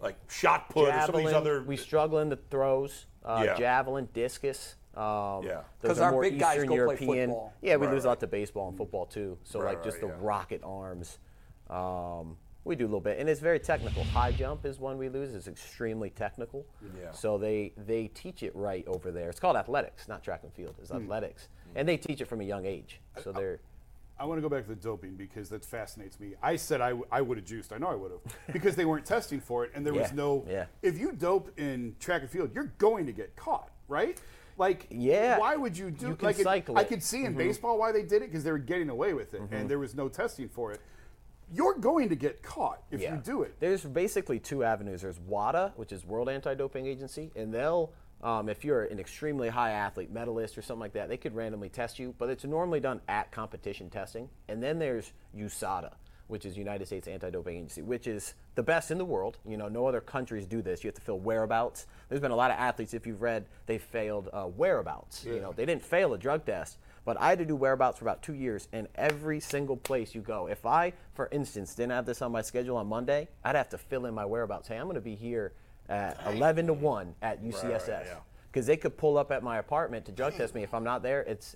Speaker 3: like shot put or some of these
Speaker 4: javelin,
Speaker 3: other?
Speaker 4: We struggle in the throws, uh,
Speaker 3: Yeah.
Speaker 4: javelin, discus. Um,
Speaker 3: Yeah.
Speaker 4: those
Speaker 2: 'Cause
Speaker 4: are
Speaker 2: our
Speaker 4: more
Speaker 2: big guys
Speaker 4: Eastern
Speaker 2: go play
Speaker 4: European.
Speaker 2: football.
Speaker 4: yeah, we lose a lot to baseball and football too. So like
Speaker 3: right,
Speaker 4: just the
Speaker 3: yeah.
Speaker 4: rocket arms. Um, we do a little bit, and it's very technical. High jump is one we lose. It's extremely technical.
Speaker 3: Yeah.
Speaker 4: So they they teach it right over there. It's called athletics, not track and field.
Speaker 3: Hmm.
Speaker 4: It's athletics, and they teach it from a young age. So they're
Speaker 5: I want to go back to the doping because that fascinates me. I said I, w- I would have juiced. I know I would have because they weren't testing for it, and there was
Speaker 4: Yeah,
Speaker 5: no.
Speaker 4: yeah.
Speaker 5: If you dope in track and field, you're going to get caught, right? Like,
Speaker 4: Yeah,
Speaker 5: Why would you do?
Speaker 4: you can
Speaker 5: like,
Speaker 4: cycle
Speaker 5: I
Speaker 4: it. Mm-hmm.
Speaker 5: could see in baseball why they did it because they were getting away with it, and there was no testing for it. You're going to get caught if you do it.
Speaker 4: There's basically two avenues. There's WADA, which is World Anti-Doping Agency, and they'll, um, if you're an extremely high athlete, medalist or something like that, they could randomly test you. But it's normally done at competition testing. And then there's USADA, which is United States Anti-Doping Agency, which is the best in the world. You know, no other countries do this. You have to fill whereabouts. There's been a lot of athletes, if you've read, they failed uh, whereabouts. You know, they didn't fail a drug test. But I had to do whereabouts for about two years, and every single place you go. If I, for instance, didn't have this on my schedule on Monday, I'd have to fill in my whereabouts. Hey, I'm going to be here at 11 to 1 at UCSS. Because they could pull up at my apartment to drug test me. If I'm not there, it's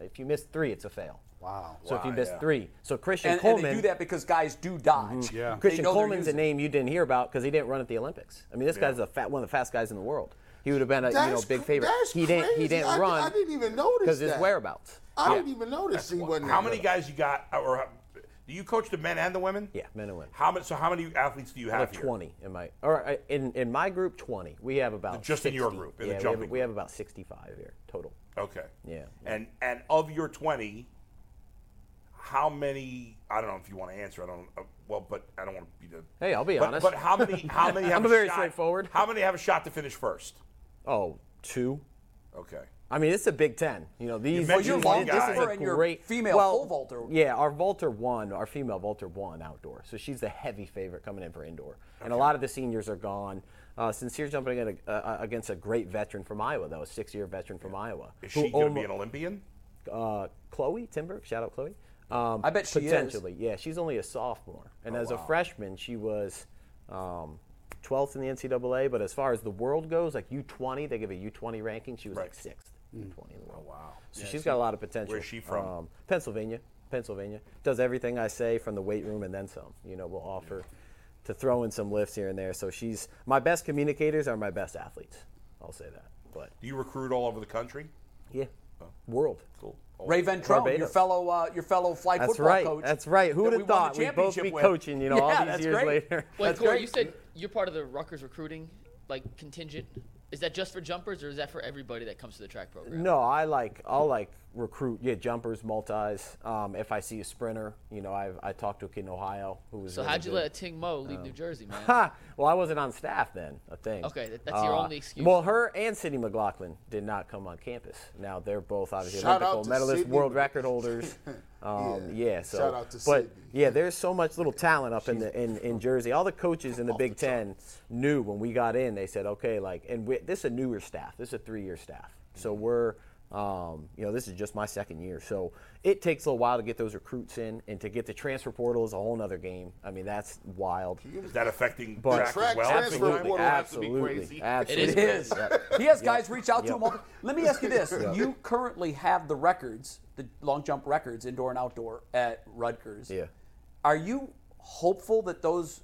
Speaker 4: if you miss three, it's a fail. Wow. So if you miss three, so Christian
Speaker 2: And, and
Speaker 4: Coleman. Mm-hmm,
Speaker 2: they do that because guys do dodge.
Speaker 5: Yeah.
Speaker 2: They
Speaker 4: Christian
Speaker 2: know they're
Speaker 4: Coleman's a
Speaker 2: using-
Speaker 4: name you didn't hear about because he didn't run at the Olympics. I mean, this guy's a fat, one of the fast guys in the world. He would have been a you know
Speaker 1: That's
Speaker 4: big
Speaker 1: cr-
Speaker 4: favorite.
Speaker 1: that's
Speaker 4: he didn't.
Speaker 1: crazy.
Speaker 4: He didn't
Speaker 1: I di-
Speaker 4: run.
Speaker 1: I didn't even notice
Speaker 4: because his
Speaker 1: that.
Speaker 4: whereabouts.
Speaker 1: I
Speaker 4: Yeah.
Speaker 1: didn't even notice he wasn't.
Speaker 3: how
Speaker 1: that
Speaker 3: many
Speaker 1: good.
Speaker 3: guys you got? Or how- do you coach the men and the women?
Speaker 4: Yeah, men and women.
Speaker 3: How many? So how many athletes do you have?
Speaker 4: like
Speaker 3: here?
Speaker 4: 20 in my or uh, in in my group 20 we have about
Speaker 3: Just in your
Speaker 4: 60.
Speaker 3: group,
Speaker 4: yeah
Speaker 3: in the
Speaker 4: we have- we,
Speaker 3: jumping
Speaker 4: have, about 65 here total
Speaker 3: Okay.
Speaker 4: Yeah.
Speaker 3: And and of your twenty, how many? I don't know if you want to answer. I don't. Uh, well, but I don't want to be the.
Speaker 4: Hey, I'll be
Speaker 3: but,
Speaker 4: honest.
Speaker 3: But how many? How many have
Speaker 4: I'm
Speaker 3: a
Speaker 4: very
Speaker 3: shot-
Speaker 4: straightforward.
Speaker 3: How many have a shot to finish first?
Speaker 4: Oh, two.
Speaker 3: Okay.
Speaker 4: I mean, it's a Big Ten. You know, these.
Speaker 3: mentioned
Speaker 4: these-
Speaker 3: one
Speaker 4: this is
Speaker 3: guy.
Speaker 4: a
Speaker 2: And your
Speaker 4: great
Speaker 2: female
Speaker 4: well,
Speaker 2: pole vaulter.
Speaker 4: Yeah, our vaulter won. Our female vaulter won outdoor, so she's the heavy favorite coming in for indoor. And a lot of the seniors are gone. Uh, Sincere jumping in a, uh, against a great veteran from Iowa, though, a six-year veteran from Iowa.
Speaker 3: Is
Speaker 4: who
Speaker 3: she going to be
Speaker 4: almo-
Speaker 3: an Olympian?
Speaker 4: uh, Chloe Timber. Shout out Chloe. Um,
Speaker 2: I bet she is.
Speaker 4: potentially. Yeah, she's only a sophomore, and as a freshman, she was um, 12th in the NCAA. But as far as the world goes, like U20, they give a U20 ranking. She was like
Speaker 3: Right.
Speaker 4: sixth. U20 in the world. wow. So she's got a lot of potential. Um,
Speaker 3: Where's she from?
Speaker 4: Pennsylvania. Pennsylvania does everything I say from the weight room and then some. You know, we'll offer to throw in some lifts here and there. So she's my best communicators are my best athletes. I'll say that. But
Speaker 3: Do you recruit all over the country?
Speaker 4: yeah, world.
Speaker 3: Cool.
Speaker 2: Ray Ventrone, your
Speaker 4: Barbados.
Speaker 2: fellow, uh, your fellow flag
Speaker 4: That's
Speaker 2: football
Speaker 4: right.
Speaker 2: coach.
Speaker 4: That's right. Who would
Speaker 2: that
Speaker 4: have
Speaker 2: we won the
Speaker 4: thought we'd both
Speaker 2: championship
Speaker 4: be
Speaker 2: with.
Speaker 4: coaching, you know,
Speaker 2: Yeah,
Speaker 4: all
Speaker 2: that's
Speaker 4: these years
Speaker 2: great.
Speaker 4: later?
Speaker 6: Wait,
Speaker 2: That's
Speaker 6: Corey,
Speaker 2: great.
Speaker 6: you said you're part of the Rutgers recruiting like contingent. Is that just for jumpers, or is that for everybody that comes to the track program?
Speaker 4: No, I like I'll like recruit yeah jumpers, multis. Um, if I see a sprinter, you know, I I talked to a kid in Ohio who was.
Speaker 6: So
Speaker 4: really
Speaker 6: how'd you
Speaker 4: good.
Speaker 6: let a Ting Mo leave New Jersey, man?
Speaker 4: Ha! Well, I wasn't on staff then. I think.
Speaker 6: Okay, that- that's your only excuse.
Speaker 4: Uh, Well, her and Sydney McLaughlin did not come on campus. Now they're both obviously
Speaker 1: Shout out
Speaker 4: Olympic
Speaker 1: to
Speaker 4: gold medalists,
Speaker 1: Sydney
Speaker 4: world
Speaker 1: Mc-
Speaker 4: record holders. Um,
Speaker 1: Yeah.
Speaker 4: yeah. So,
Speaker 1: Shout out to
Speaker 4: but
Speaker 1: Sydney.
Speaker 4: yeah, there's so much little talent up in the in, in Jersey. All the coaches in the Big Ten knew when we got in. They said, okay, like, and we, this is a newer staff. This is a three-year staff. So
Speaker 1: Mm-hmm.
Speaker 4: we're, um, you know, this is just my second year. So it takes a little while to get those recruits in, and to get the transfer portal is a whole other game. I mean, that's wild.
Speaker 3: Is that affecting
Speaker 4: But-
Speaker 3: track, as
Speaker 1: Track
Speaker 3: well?
Speaker 1: transfer
Speaker 3: Absolutely.
Speaker 1: portal. has to be
Speaker 4: absolutely,
Speaker 1: crazy.
Speaker 4: absolutely.
Speaker 6: It
Speaker 2: It is. He has guys reach out to
Speaker 4: Yep.
Speaker 2: him. All, let me ask you this: You currently have the records, the long jump records, indoor and outdoor, at Rutgers.
Speaker 4: Yeah.
Speaker 2: Are you hopeful that those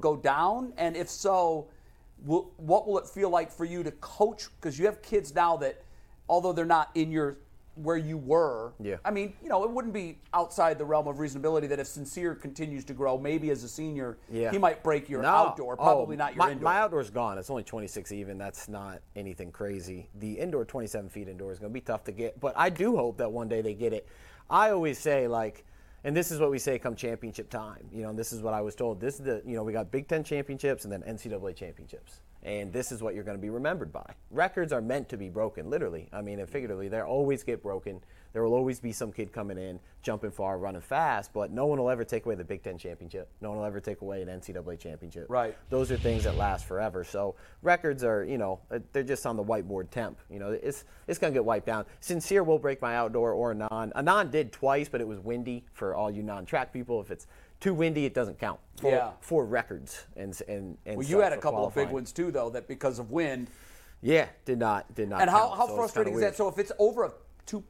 Speaker 2: go down? And if so, will, what will it feel like for you to coach? Because you have kids now that, although they're not in your where you were,
Speaker 4: Yeah.
Speaker 2: I mean, you know, it wouldn't be outside the realm of reasonability that if Sincere continues to grow, maybe as a senior,
Speaker 4: Yeah.
Speaker 2: he might break your
Speaker 4: No.
Speaker 2: outdoor, probably
Speaker 4: Oh,
Speaker 2: not your
Speaker 4: my,
Speaker 2: indoor.
Speaker 4: My outdoor's gone. It's only 26 even. That's not anything crazy. The indoor 27 feet indoor is going to be tough to get, but I do hope that one day they get it. I always say like, and this is what we say come championship time. You know, and this is what I was told. This is the you know we got Big Ten championships and then NCAA championships, and this is what you're going to be remembered by. Records are meant to be broken, literally. I mean, and figuratively, they always get broken. There will always be some kid coming in, jumping far, running fast, but no one will ever take away the Big Ten championship. No one will ever take away an NCAA championship.
Speaker 2: Right.
Speaker 4: Those are things that last forever. So records are, you know, uh, they're just on the whiteboard temp. You know, it's it's gonna get wiped down. Sincere will break my outdoor or Anon. Anon did twice, but it was windy for all you non-track people. If it's too windy, it doesn't count. For,
Speaker 2: Yeah.
Speaker 4: For records and and and.
Speaker 2: Well, you
Speaker 4: such
Speaker 2: had a
Speaker 4: for
Speaker 2: couple of big
Speaker 4: qualifying.
Speaker 2: ones too, though, that because of wind.
Speaker 4: Yeah, did not did not.
Speaker 2: And how, how
Speaker 4: count, so it's kinda
Speaker 2: frustrating is
Speaker 4: weird.
Speaker 2: that? So if it's over a oh,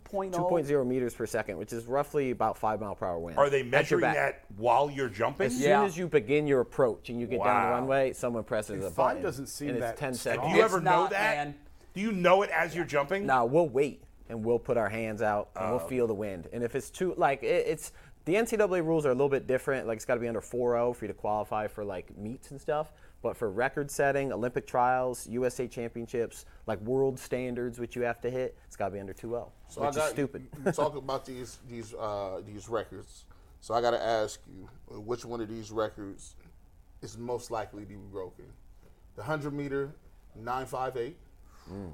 Speaker 2: 2.0,
Speaker 4: 2.0 meters per second, which is roughly about five mile per hour wind.
Speaker 3: Are they
Speaker 4: At your
Speaker 3: measuring
Speaker 4: back.
Speaker 3: that while you're jumping?
Speaker 4: As
Speaker 2: Yeah.
Speaker 4: soon as you begin your approach and you get down the
Speaker 3: Wow.
Speaker 4: runway, someone presses
Speaker 5: And
Speaker 4: a
Speaker 5: five
Speaker 4: button.
Speaker 5: doesn't seem
Speaker 4: and it's
Speaker 5: that
Speaker 4: 10
Speaker 5: strong.
Speaker 4: seconds.
Speaker 3: Do you
Speaker 2: It's
Speaker 3: ever know
Speaker 2: not,
Speaker 3: that?
Speaker 2: man.
Speaker 3: Do you know it as you're jumping?
Speaker 4: No, we'll wait and we'll put our hands out and
Speaker 1: Oh.
Speaker 4: we'll feel the wind. And if it's too like it, it's the NCAA rules are a little bit different. Like it's got to be under 4.0 for you to qualify for like meets and stuff. But for record setting, Olympic trials, USA championships, like world standards, which you have to hit, it's got to be under 2.0,
Speaker 1: So
Speaker 4: which
Speaker 1: I got,
Speaker 4: is stupid.
Speaker 1: You, you talk about these these uh, these records. So I got to ask you, uh, which one of these records is most likely to be broken? The hundred meter, nine five eight.
Speaker 4: Mm.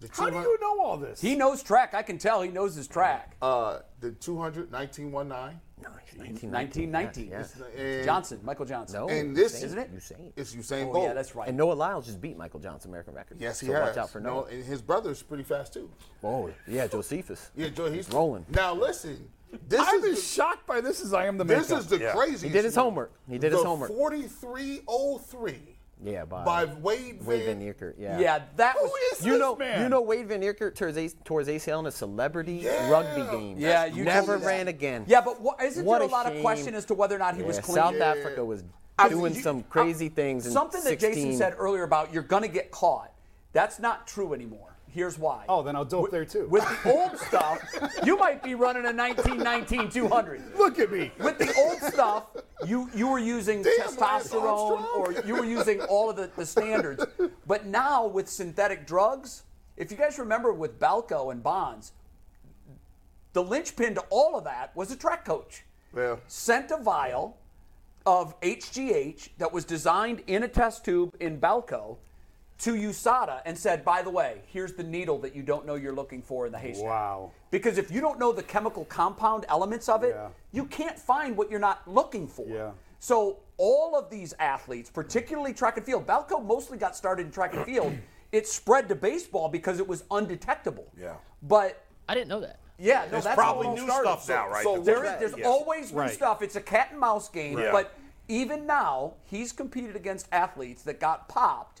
Speaker 1: The
Speaker 5: How do
Speaker 1: 200
Speaker 5: you know all this?
Speaker 2: he knows track. I can tell he knows his track.
Speaker 1: Uh, the 200, 1919.
Speaker 4: Nice,
Speaker 2: 1919.
Speaker 4: yeah,
Speaker 2: It's
Speaker 4: yeah.
Speaker 1: And,
Speaker 2: Uh, Johnson, Michael Johnson.
Speaker 4: No,
Speaker 1: and this
Speaker 4: Usain-
Speaker 2: Isn't it?
Speaker 4: Usain.
Speaker 1: It's Usain
Speaker 2: Oh,
Speaker 1: Bolt.
Speaker 2: yeah, that's right.
Speaker 4: And Noah Lyles just beat Michael Johnson American record.
Speaker 1: Yes, he
Speaker 4: so
Speaker 1: has.
Speaker 4: Watch out for Noah.
Speaker 1: No, and his brother's pretty fast too.
Speaker 4: Oh, yeah, Josephus.
Speaker 1: Yeah, Joe, he's
Speaker 4: rolling.
Speaker 1: Now listen, this
Speaker 5: I'm
Speaker 1: is
Speaker 5: as shocked by this as I am the
Speaker 1: the, this
Speaker 5: makeup.
Speaker 1: is the craziest.
Speaker 4: He did his
Speaker 1: one.
Speaker 4: homework. He did his
Speaker 1: The
Speaker 4: homework.
Speaker 1: 4303.
Speaker 4: Yeah, by-
Speaker 1: by Wade Van,
Speaker 4: Wade Van Eerkert, yeah.
Speaker 2: Yeah, that
Speaker 5: Who
Speaker 2: was.
Speaker 5: is
Speaker 4: You
Speaker 5: this
Speaker 4: know,
Speaker 5: man?
Speaker 4: you know, Wade Van Eerkert tore his, A- tore his ACL in a celebrity
Speaker 1: Yeah.
Speaker 4: rugby game.
Speaker 2: Yeah, you
Speaker 4: never
Speaker 2: told me that.
Speaker 4: ran again.
Speaker 2: Yeah, but what, isn't
Speaker 4: What
Speaker 2: there a lot of
Speaker 4: shame.
Speaker 2: question as to whether or not he was
Speaker 4: Yeah,
Speaker 2: clean?
Speaker 4: South Africa was doing
Speaker 1: you-
Speaker 4: some crazy things. in
Speaker 2: Something that
Speaker 4: 16.
Speaker 2: Jason said earlier about you're going to get caught. That's not true anymore. Here's why.
Speaker 5: Oh, then I'll dope there too.
Speaker 2: With the old stuff, you might be running a 1919 200.
Speaker 5: Look at me.
Speaker 2: with the old stuff, you you were using
Speaker 1: Damn, Lance
Speaker 2: testosterone or
Speaker 1: Armstrong.
Speaker 2: you were using all of the, the standards. But now with synthetic drugs, if you guys remember with Balco and Bonds, the linchpin to all of that was a track coach.
Speaker 1: Yeah.
Speaker 2: Sent a vial, of HGH that was designed in a test tube in Balco to USADA and said, by the way, here's the needle that you don't know you're looking for in the haystack.
Speaker 5: Wow.
Speaker 2: Because if you don't know the chemical compound elements of it,
Speaker 5: Yeah.
Speaker 2: you can't find what you're not looking for.
Speaker 5: Yeah.
Speaker 2: So all of these athletes, particularly track and field, Balco mostly got started in track and field. It spread to baseball because it was undetectable.
Speaker 3: Yeah.
Speaker 2: But
Speaker 6: I didn't know that.
Speaker 2: yeah, no,
Speaker 3: There's
Speaker 2: that's
Speaker 3: probably
Speaker 2: how it all
Speaker 3: new
Speaker 2: started.
Speaker 3: stuff now, right?
Speaker 2: So
Speaker 3: That's
Speaker 2: there
Speaker 3: right.
Speaker 2: is, there's
Speaker 3: Yes.
Speaker 2: always new
Speaker 5: Right.
Speaker 2: stuff. It's a cat and mouse game.
Speaker 3: Yeah.
Speaker 2: But even now, he's competed against athletes that got popped.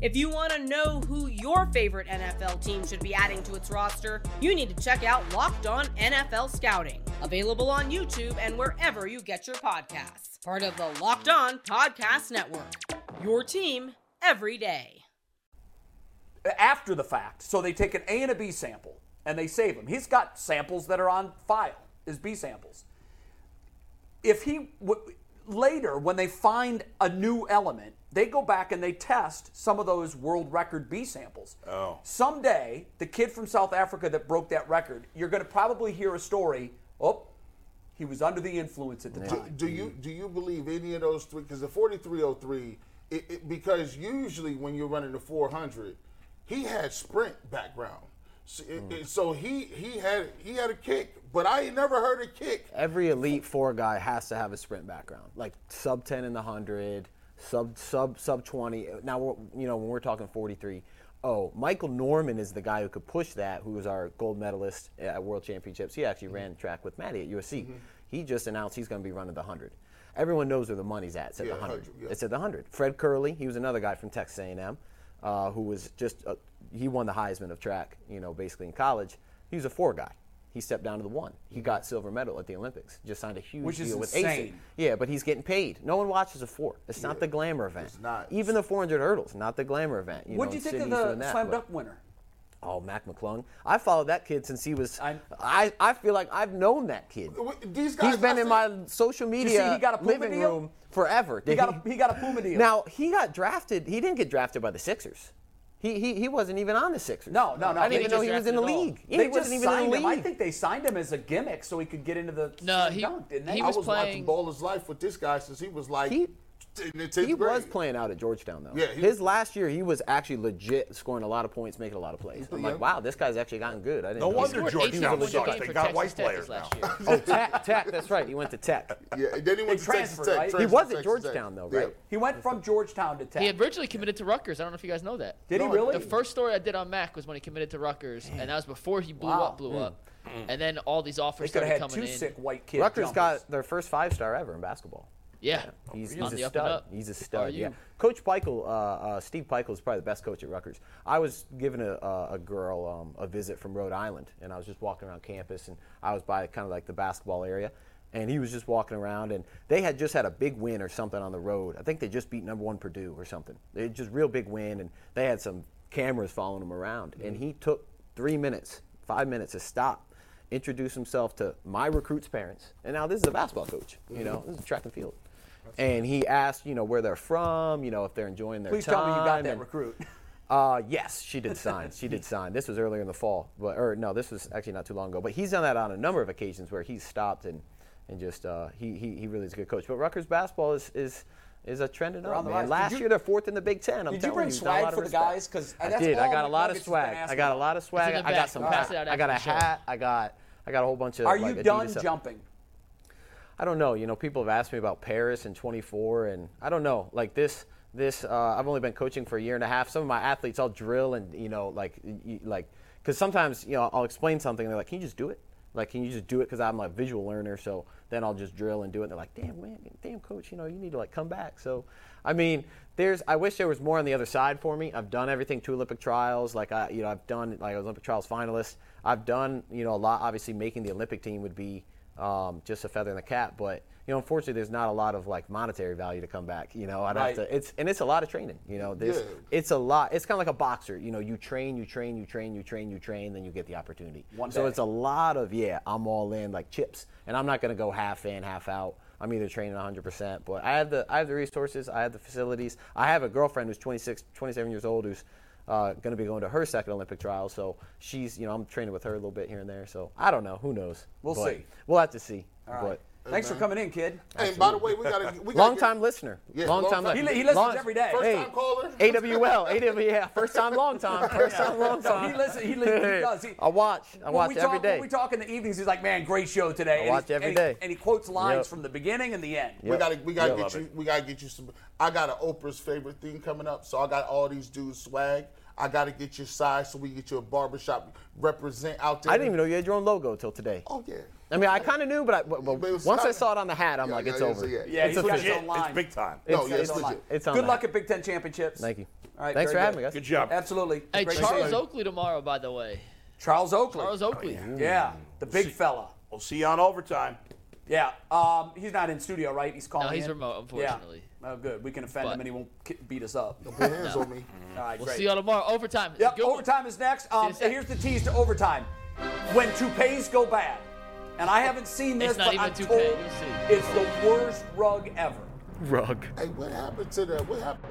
Speaker 8: If you want to know who your favorite NFL team should be adding to its roster, you need to check out Locked On NFL Scouting, available on YouTube and wherever you get your podcasts. Part of the Locked On Podcast Network. Your team every day.
Speaker 2: after the fact. So they take an A and a B sample and they save them. He's got samples that are on file as B samples. If he w- later, when they find a new element, they go back and they test some of those world record B samples. Oh. Someday, the kid from South Africa that broke that record, you're going to probably hear a story. Oh, he was under the influence at the
Speaker 1: Do,
Speaker 2: time.
Speaker 1: do you do you believe any of those three? Because the forty three oh three, because usually when you're running the four hundred, he had sprint background, so,
Speaker 4: Mm.
Speaker 1: it- it- so he he had he had a kick, but I ain't never heard a kick.
Speaker 4: Every elite four guy has to have a sprint background, like sub ten in the hundred, sub sub sub twenty. Now we're, you know when we're talking forty three. Oh, Michael Norman is the guy who could push that, who was our gold medalist at World Championships. He actually ran track with Maddie at USC. He just announced he's going to be running the 100. Everyone knows where the money's at. It's at
Speaker 1: Yeah,
Speaker 4: the 100.
Speaker 1: 100, yeah.
Speaker 4: It's at the 100. Fred Curley, he was another guy from Texas A&M, uh, who was just, uh, he won the Heisman of track, you know, basically in college. He was a four guy. He stepped down to the one. He got silver medal at the Olympics. Just signed a huge
Speaker 2: Which is
Speaker 4: deal with
Speaker 2: insane.
Speaker 4: ASIC. Yeah, but he's getting paid. No one watches a four. It's not the glamour event. It's
Speaker 1: not.
Speaker 4: Even the 400 hurdles, not the glamour event.
Speaker 2: what
Speaker 4: know,
Speaker 2: do you think of
Speaker 4: Sydney's
Speaker 2: the
Speaker 4: doing that,
Speaker 2: slam
Speaker 4: but-
Speaker 2: dunk winner?
Speaker 4: Oh, Mac McClung. I followed that kid since he was.
Speaker 2: I-
Speaker 4: I I, feel like I've known that kid.
Speaker 1: These guys,
Speaker 4: He's been
Speaker 1: I think-
Speaker 4: in my social media
Speaker 2: he got a Puma
Speaker 4: living
Speaker 2: deal?
Speaker 4: room forever.
Speaker 2: He got a, he got a Puma deal.
Speaker 4: Now he got drafted. He didn't get drafted by the Sixers. He he, he wasn't even on the Sixers.
Speaker 2: No, no, no.
Speaker 4: I
Speaker 2: They
Speaker 4: didn't even know
Speaker 6: just
Speaker 4: he was in the
Speaker 6: drafted him at
Speaker 4: league.
Speaker 2: They
Speaker 4: Yeah, he wasn't
Speaker 2: just
Speaker 4: even in
Speaker 2: signed
Speaker 4: the
Speaker 2: him. I
Speaker 4: league.
Speaker 2: think they signed him as a gimmick so he could get into the
Speaker 6: No,
Speaker 2: slam
Speaker 6: he-
Speaker 2: dunk, didn't they?
Speaker 6: he
Speaker 1: I
Speaker 6: was
Speaker 1: was watching
Speaker 6: playing-
Speaker 1: Baller's Life with this guy since he was like
Speaker 4: He-
Speaker 1: t- in the tenth
Speaker 4: he
Speaker 1: grade.
Speaker 4: was playing out at Georgetown though.
Speaker 1: Yeah, he-
Speaker 4: His last year, he was actually legit scoring a lot of points, making a lot of plays. I'm
Speaker 1: Yeah.
Speaker 4: like, wow, this guy's actually gotten good. I didn't.
Speaker 3: No
Speaker 4: know he
Speaker 3: wonder
Speaker 4: scored
Speaker 6: Scored 18
Speaker 3: Georgetown
Speaker 4: points
Speaker 6: points
Speaker 4: a
Speaker 3: sucks.
Speaker 6: game
Speaker 4: game
Speaker 3: They
Speaker 6: for
Speaker 3: got
Speaker 6: Texas
Speaker 3: white
Speaker 6: Tech
Speaker 3: players
Speaker 6: this last
Speaker 3: now.
Speaker 6: year.
Speaker 4: Oh, Tech, Tech. That's right. He went to Tech.
Speaker 1: Yeah, and then he went
Speaker 2: They
Speaker 1: to Texas
Speaker 2: transferred,
Speaker 1: Tech.
Speaker 2: right? He
Speaker 1: transferred
Speaker 4: was
Speaker 1: to
Speaker 4: at
Speaker 1: Texas
Speaker 4: Georgetown, though,
Speaker 1: Yeah.
Speaker 4: right?
Speaker 2: He went from Georgetown to Tech.
Speaker 6: He originally committed to Rutgers. I don't know if you guys know that.
Speaker 2: Did he
Speaker 1: No,
Speaker 2: really?
Speaker 6: The first story I did on Mac was when he committed to Rutgers, and that was before he blew
Speaker 2: Wow.
Speaker 6: up, blew up.
Speaker 4: Mm.
Speaker 6: And then all these offers
Speaker 2: they could
Speaker 6: started
Speaker 2: have had
Speaker 6: coming
Speaker 2: two
Speaker 6: in.
Speaker 2: sick white kids.
Speaker 4: Rutgers got their first five star ever in basketball.
Speaker 6: Oh, Yeah.
Speaker 4: He's, he's a
Speaker 6: On the up and
Speaker 4: stud.
Speaker 6: up.
Speaker 4: He's a
Speaker 6: Are
Speaker 4: stud.
Speaker 6: you?
Speaker 4: Yeah. Coach Peichel, uh, uh, Steve Peichel is probably the best coach at Rutgers. I was giving a, a, a girl um, a visit from Rhode Island, and I was just walking around campus, and I was by kind of like the basketball area, and he was just walking around, and they had just had a big win or something on the road. I think they just beat number one Purdue or something. They had just real big win, and they had some cameras following him around, and he took three minutes, five minutes to stop introduce himself to my recruits' parents. And now this is a basketball coach, you know, this is track and field. And he asked, you know, where they're from, you know, if they're enjoying their
Speaker 2: Please
Speaker 4: time.
Speaker 2: tell me you got that
Speaker 4: and-
Speaker 2: recruit.
Speaker 4: Uh, yes, she did sign. She did sign. This was earlier in the fall, but or no, this was actually not too long ago. But he's done that on a number of occasions where he's stopped and and just uh, he, he he really is a good coach. But Rutgers basketball is is is a trending
Speaker 2: They're on
Speaker 4: up,
Speaker 2: the rise.
Speaker 4: man.
Speaker 2: Did
Speaker 4: Last
Speaker 2: you-
Speaker 4: year they're fourth in the Big Ten. I'm
Speaker 2: did you
Speaker 4: telling
Speaker 2: bring
Speaker 4: you, got a
Speaker 2: swag
Speaker 4: lot of
Speaker 2: for the
Speaker 4: respect.
Speaker 2: guys? 'cause
Speaker 4: I
Speaker 2: that's
Speaker 4: did. I
Speaker 2: all
Speaker 4: got a lot of
Speaker 2: McNuggets has been
Speaker 4: swag. I
Speaker 2: asking
Speaker 4: got a
Speaker 2: about.
Speaker 4: lot of swag.
Speaker 6: in the
Speaker 4: I
Speaker 6: back.
Speaker 4: got some.
Speaker 6: Pass
Speaker 4: hats.
Speaker 6: it out
Speaker 4: I got a
Speaker 6: after the show.
Speaker 4: hat. I got I got a whole bunch of.
Speaker 2: Are
Speaker 4: like,
Speaker 2: you done
Speaker 4: Adidas stuff.
Speaker 2: jumping?
Speaker 4: I don't know. You know, people have asked me about Paris and 24, and I don't know. Like this, this. Uh, I've only been coaching for a year and a half. Some of my athletes, I'll drill and you know, like, y- y- like, because sometimes you know, I'll explain something, and they're like, "Can you just do it?" Like, can you just do it? Because I'm a visual learner, so then I'll just drill and do it. And they're like, "Damn, man, damn, coach, you know, you need to like come back." So, I mean, there's. I wish there was more on the other side for me. I've done everything two Olympic trials. Like I, you know, I've done like Olympic trials finalist. I've done, you know, a lot. Obviously, making the Olympic team would be Um, just a feather in the cap, but you know, unfortunately, there's not a lot of like monetary value to come back. You know, I'd
Speaker 2: Right.
Speaker 4: have to. It's and it's a lot of training. You know, there's
Speaker 1: Yeah.
Speaker 4: it's a lot. It's kind of like a boxer. You know, you train, you train, you train, you train, you train, then you get the opportunity.
Speaker 2: One
Speaker 4: so
Speaker 2: day.
Speaker 4: it's a lot of yeah, I'm all in like chips, and I'm not gonna go half in, half out. I'm either training 100%, but I have the I have the resources, I have the facilities. I have a girlfriend who's 26, 27 years old who's uh, going to be going to her second Olympic trial, so she's you know I'm training with her a little bit here and there. So I don't know, who knows?
Speaker 2: We'll
Speaker 4: But
Speaker 2: see.
Speaker 4: We'll have to see.
Speaker 2: All right. Thanks for coming in, kid.
Speaker 1: And by the way, we got to
Speaker 4: But long time listener,
Speaker 1: Yeah,
Speaker 4: long
Speaker 1: long
Speaker 4: time.
Speaker 1: time.
Speaker 4: li-
Speaker 2: He, li- he listens
Speaker 4: long-
Speaker 2: every day.
Speaker 1: First
Speaker 4: Hey.
Speaker 1: time caller.
Speaker 4: AWL, AWL, yeah, first time, long time, first time, long
Speaker 2: No,
Speaker 4: time.
Speaker 2: he listens. He, li- he does. He,
Speaker 4: I watch. I
Speaker 2: when
Speaker 4: watch
Speaker 2: we
Speaker 4: every
Speaker 2: talk,
Speaker 4: day.
Speaker 2: When we talk in the evenings, he's like, "Man, great show today." and
Speaker 4: watch
Speaker 2: he,
Speaker 4: every
Speaker 2: and
Speaker 4: day.
Speaker 2: He, and he quotes lines
Speaker 4: Yep.
Speaker 2: from the beginning and the end.
Speaker 1: We gotta, we gotta
Speaker 4: Yeah,
Speaker 1: get
Speaker 4: love
Speaker 1: you.
Speaker 4: it.
Speaker 1: We gotta get you some. I got an Oprah's favorite thing coming up, so I got all these dudes swag. I gotta get your size so we can get you a barbershop represent out there.
Speaker 4: I didn't even know you had your own logo till today.
Speaker 1: Oh yeah.
Speaker 4: I mean, I kind of knew, but, I, but, but
Speaker 1: But it was
Speaker 4: once I
Speaker 1: kinda-
Speaker 4: saw it on the hat, I'm
Speaker 1: Yeah,
Speaker 4: like,
Speaker 1: yeah,
Speaker 4: it's
Speaker 1: yeah,
Speaker 4: over.
Speaker 1: yeah.
Speaker 2: Yeah, he's
Speaker 4: it's
Speaker 2: got his
Speaker 4: official.
Speaker 2: own line.
Speaker 3: It's big time.
Speaker 1: No,
Speaker 4: It's-
Speaker 1: yeah,
Speaker 4: it's
Speaker 1: it's
Speaker 4: on
Speaker 1: legit.
Speaker 4: that. It's on
Speaker 2: Good
Speaker 4: that.
Speaker 2: luck at Big Ten championships.
Speaker 4: Thank you.
Speaker 2: All right,
Speaker 4: Thanks for
Speaker 2: very
Speaker 4: having me,
Speaker 2: good.
Speaker 4: guys.
Speaker 3: Good job.
Speaker 2: Absolutely.
Speaker 6: Hey,
Speaker 2: Great
Speaker 6: Charles
Speaker 2: show.
Speaker 6: Oakley tomorrow, by the way.
Speaker 2: Charles Oakley.
Speaker 6: Charles Oakley.
Speaker 2: Yeah, the big fella.
Speaker 3: We'll see you on overtime.
Speaker 2: Yeah, um, he's not in studio, right? He's calling.
Speaker 6: he's
Speaker 2: in?
Speaker 6: remote, unfortunately.
Speaker 2: Yeah. Oh, good. We can offend him,
Speaker 6: But-
Speaker 2: and he won't ki- beat us up. All
Speaker 1: Put hands on me.
Speaker 2: right,
Speaker 6: We'll
Speaker 2: great.
Speaker 6: see you all tomorrow. Overtime. It's a
Speaker 2: Yep,
Speaker 6: good one.
Speaker 2: overtime is next. Um,
Speaker 6: See you in a sec.
Speaker 2: here's the tease to overtime. When toupees go bad, and I haven't seen this,
Speaker 6: It's not
Speaker 2: but
Speaker 6: even
Speaker 2: I'm
Speaker 6: a toupee.
Speaker 2: told
Speaker 6: You'll see.
Speaker 2: it's the worst rug ever.
Speaker 4: Rug.
Speaker 1: Hey, what happened to that? What happened?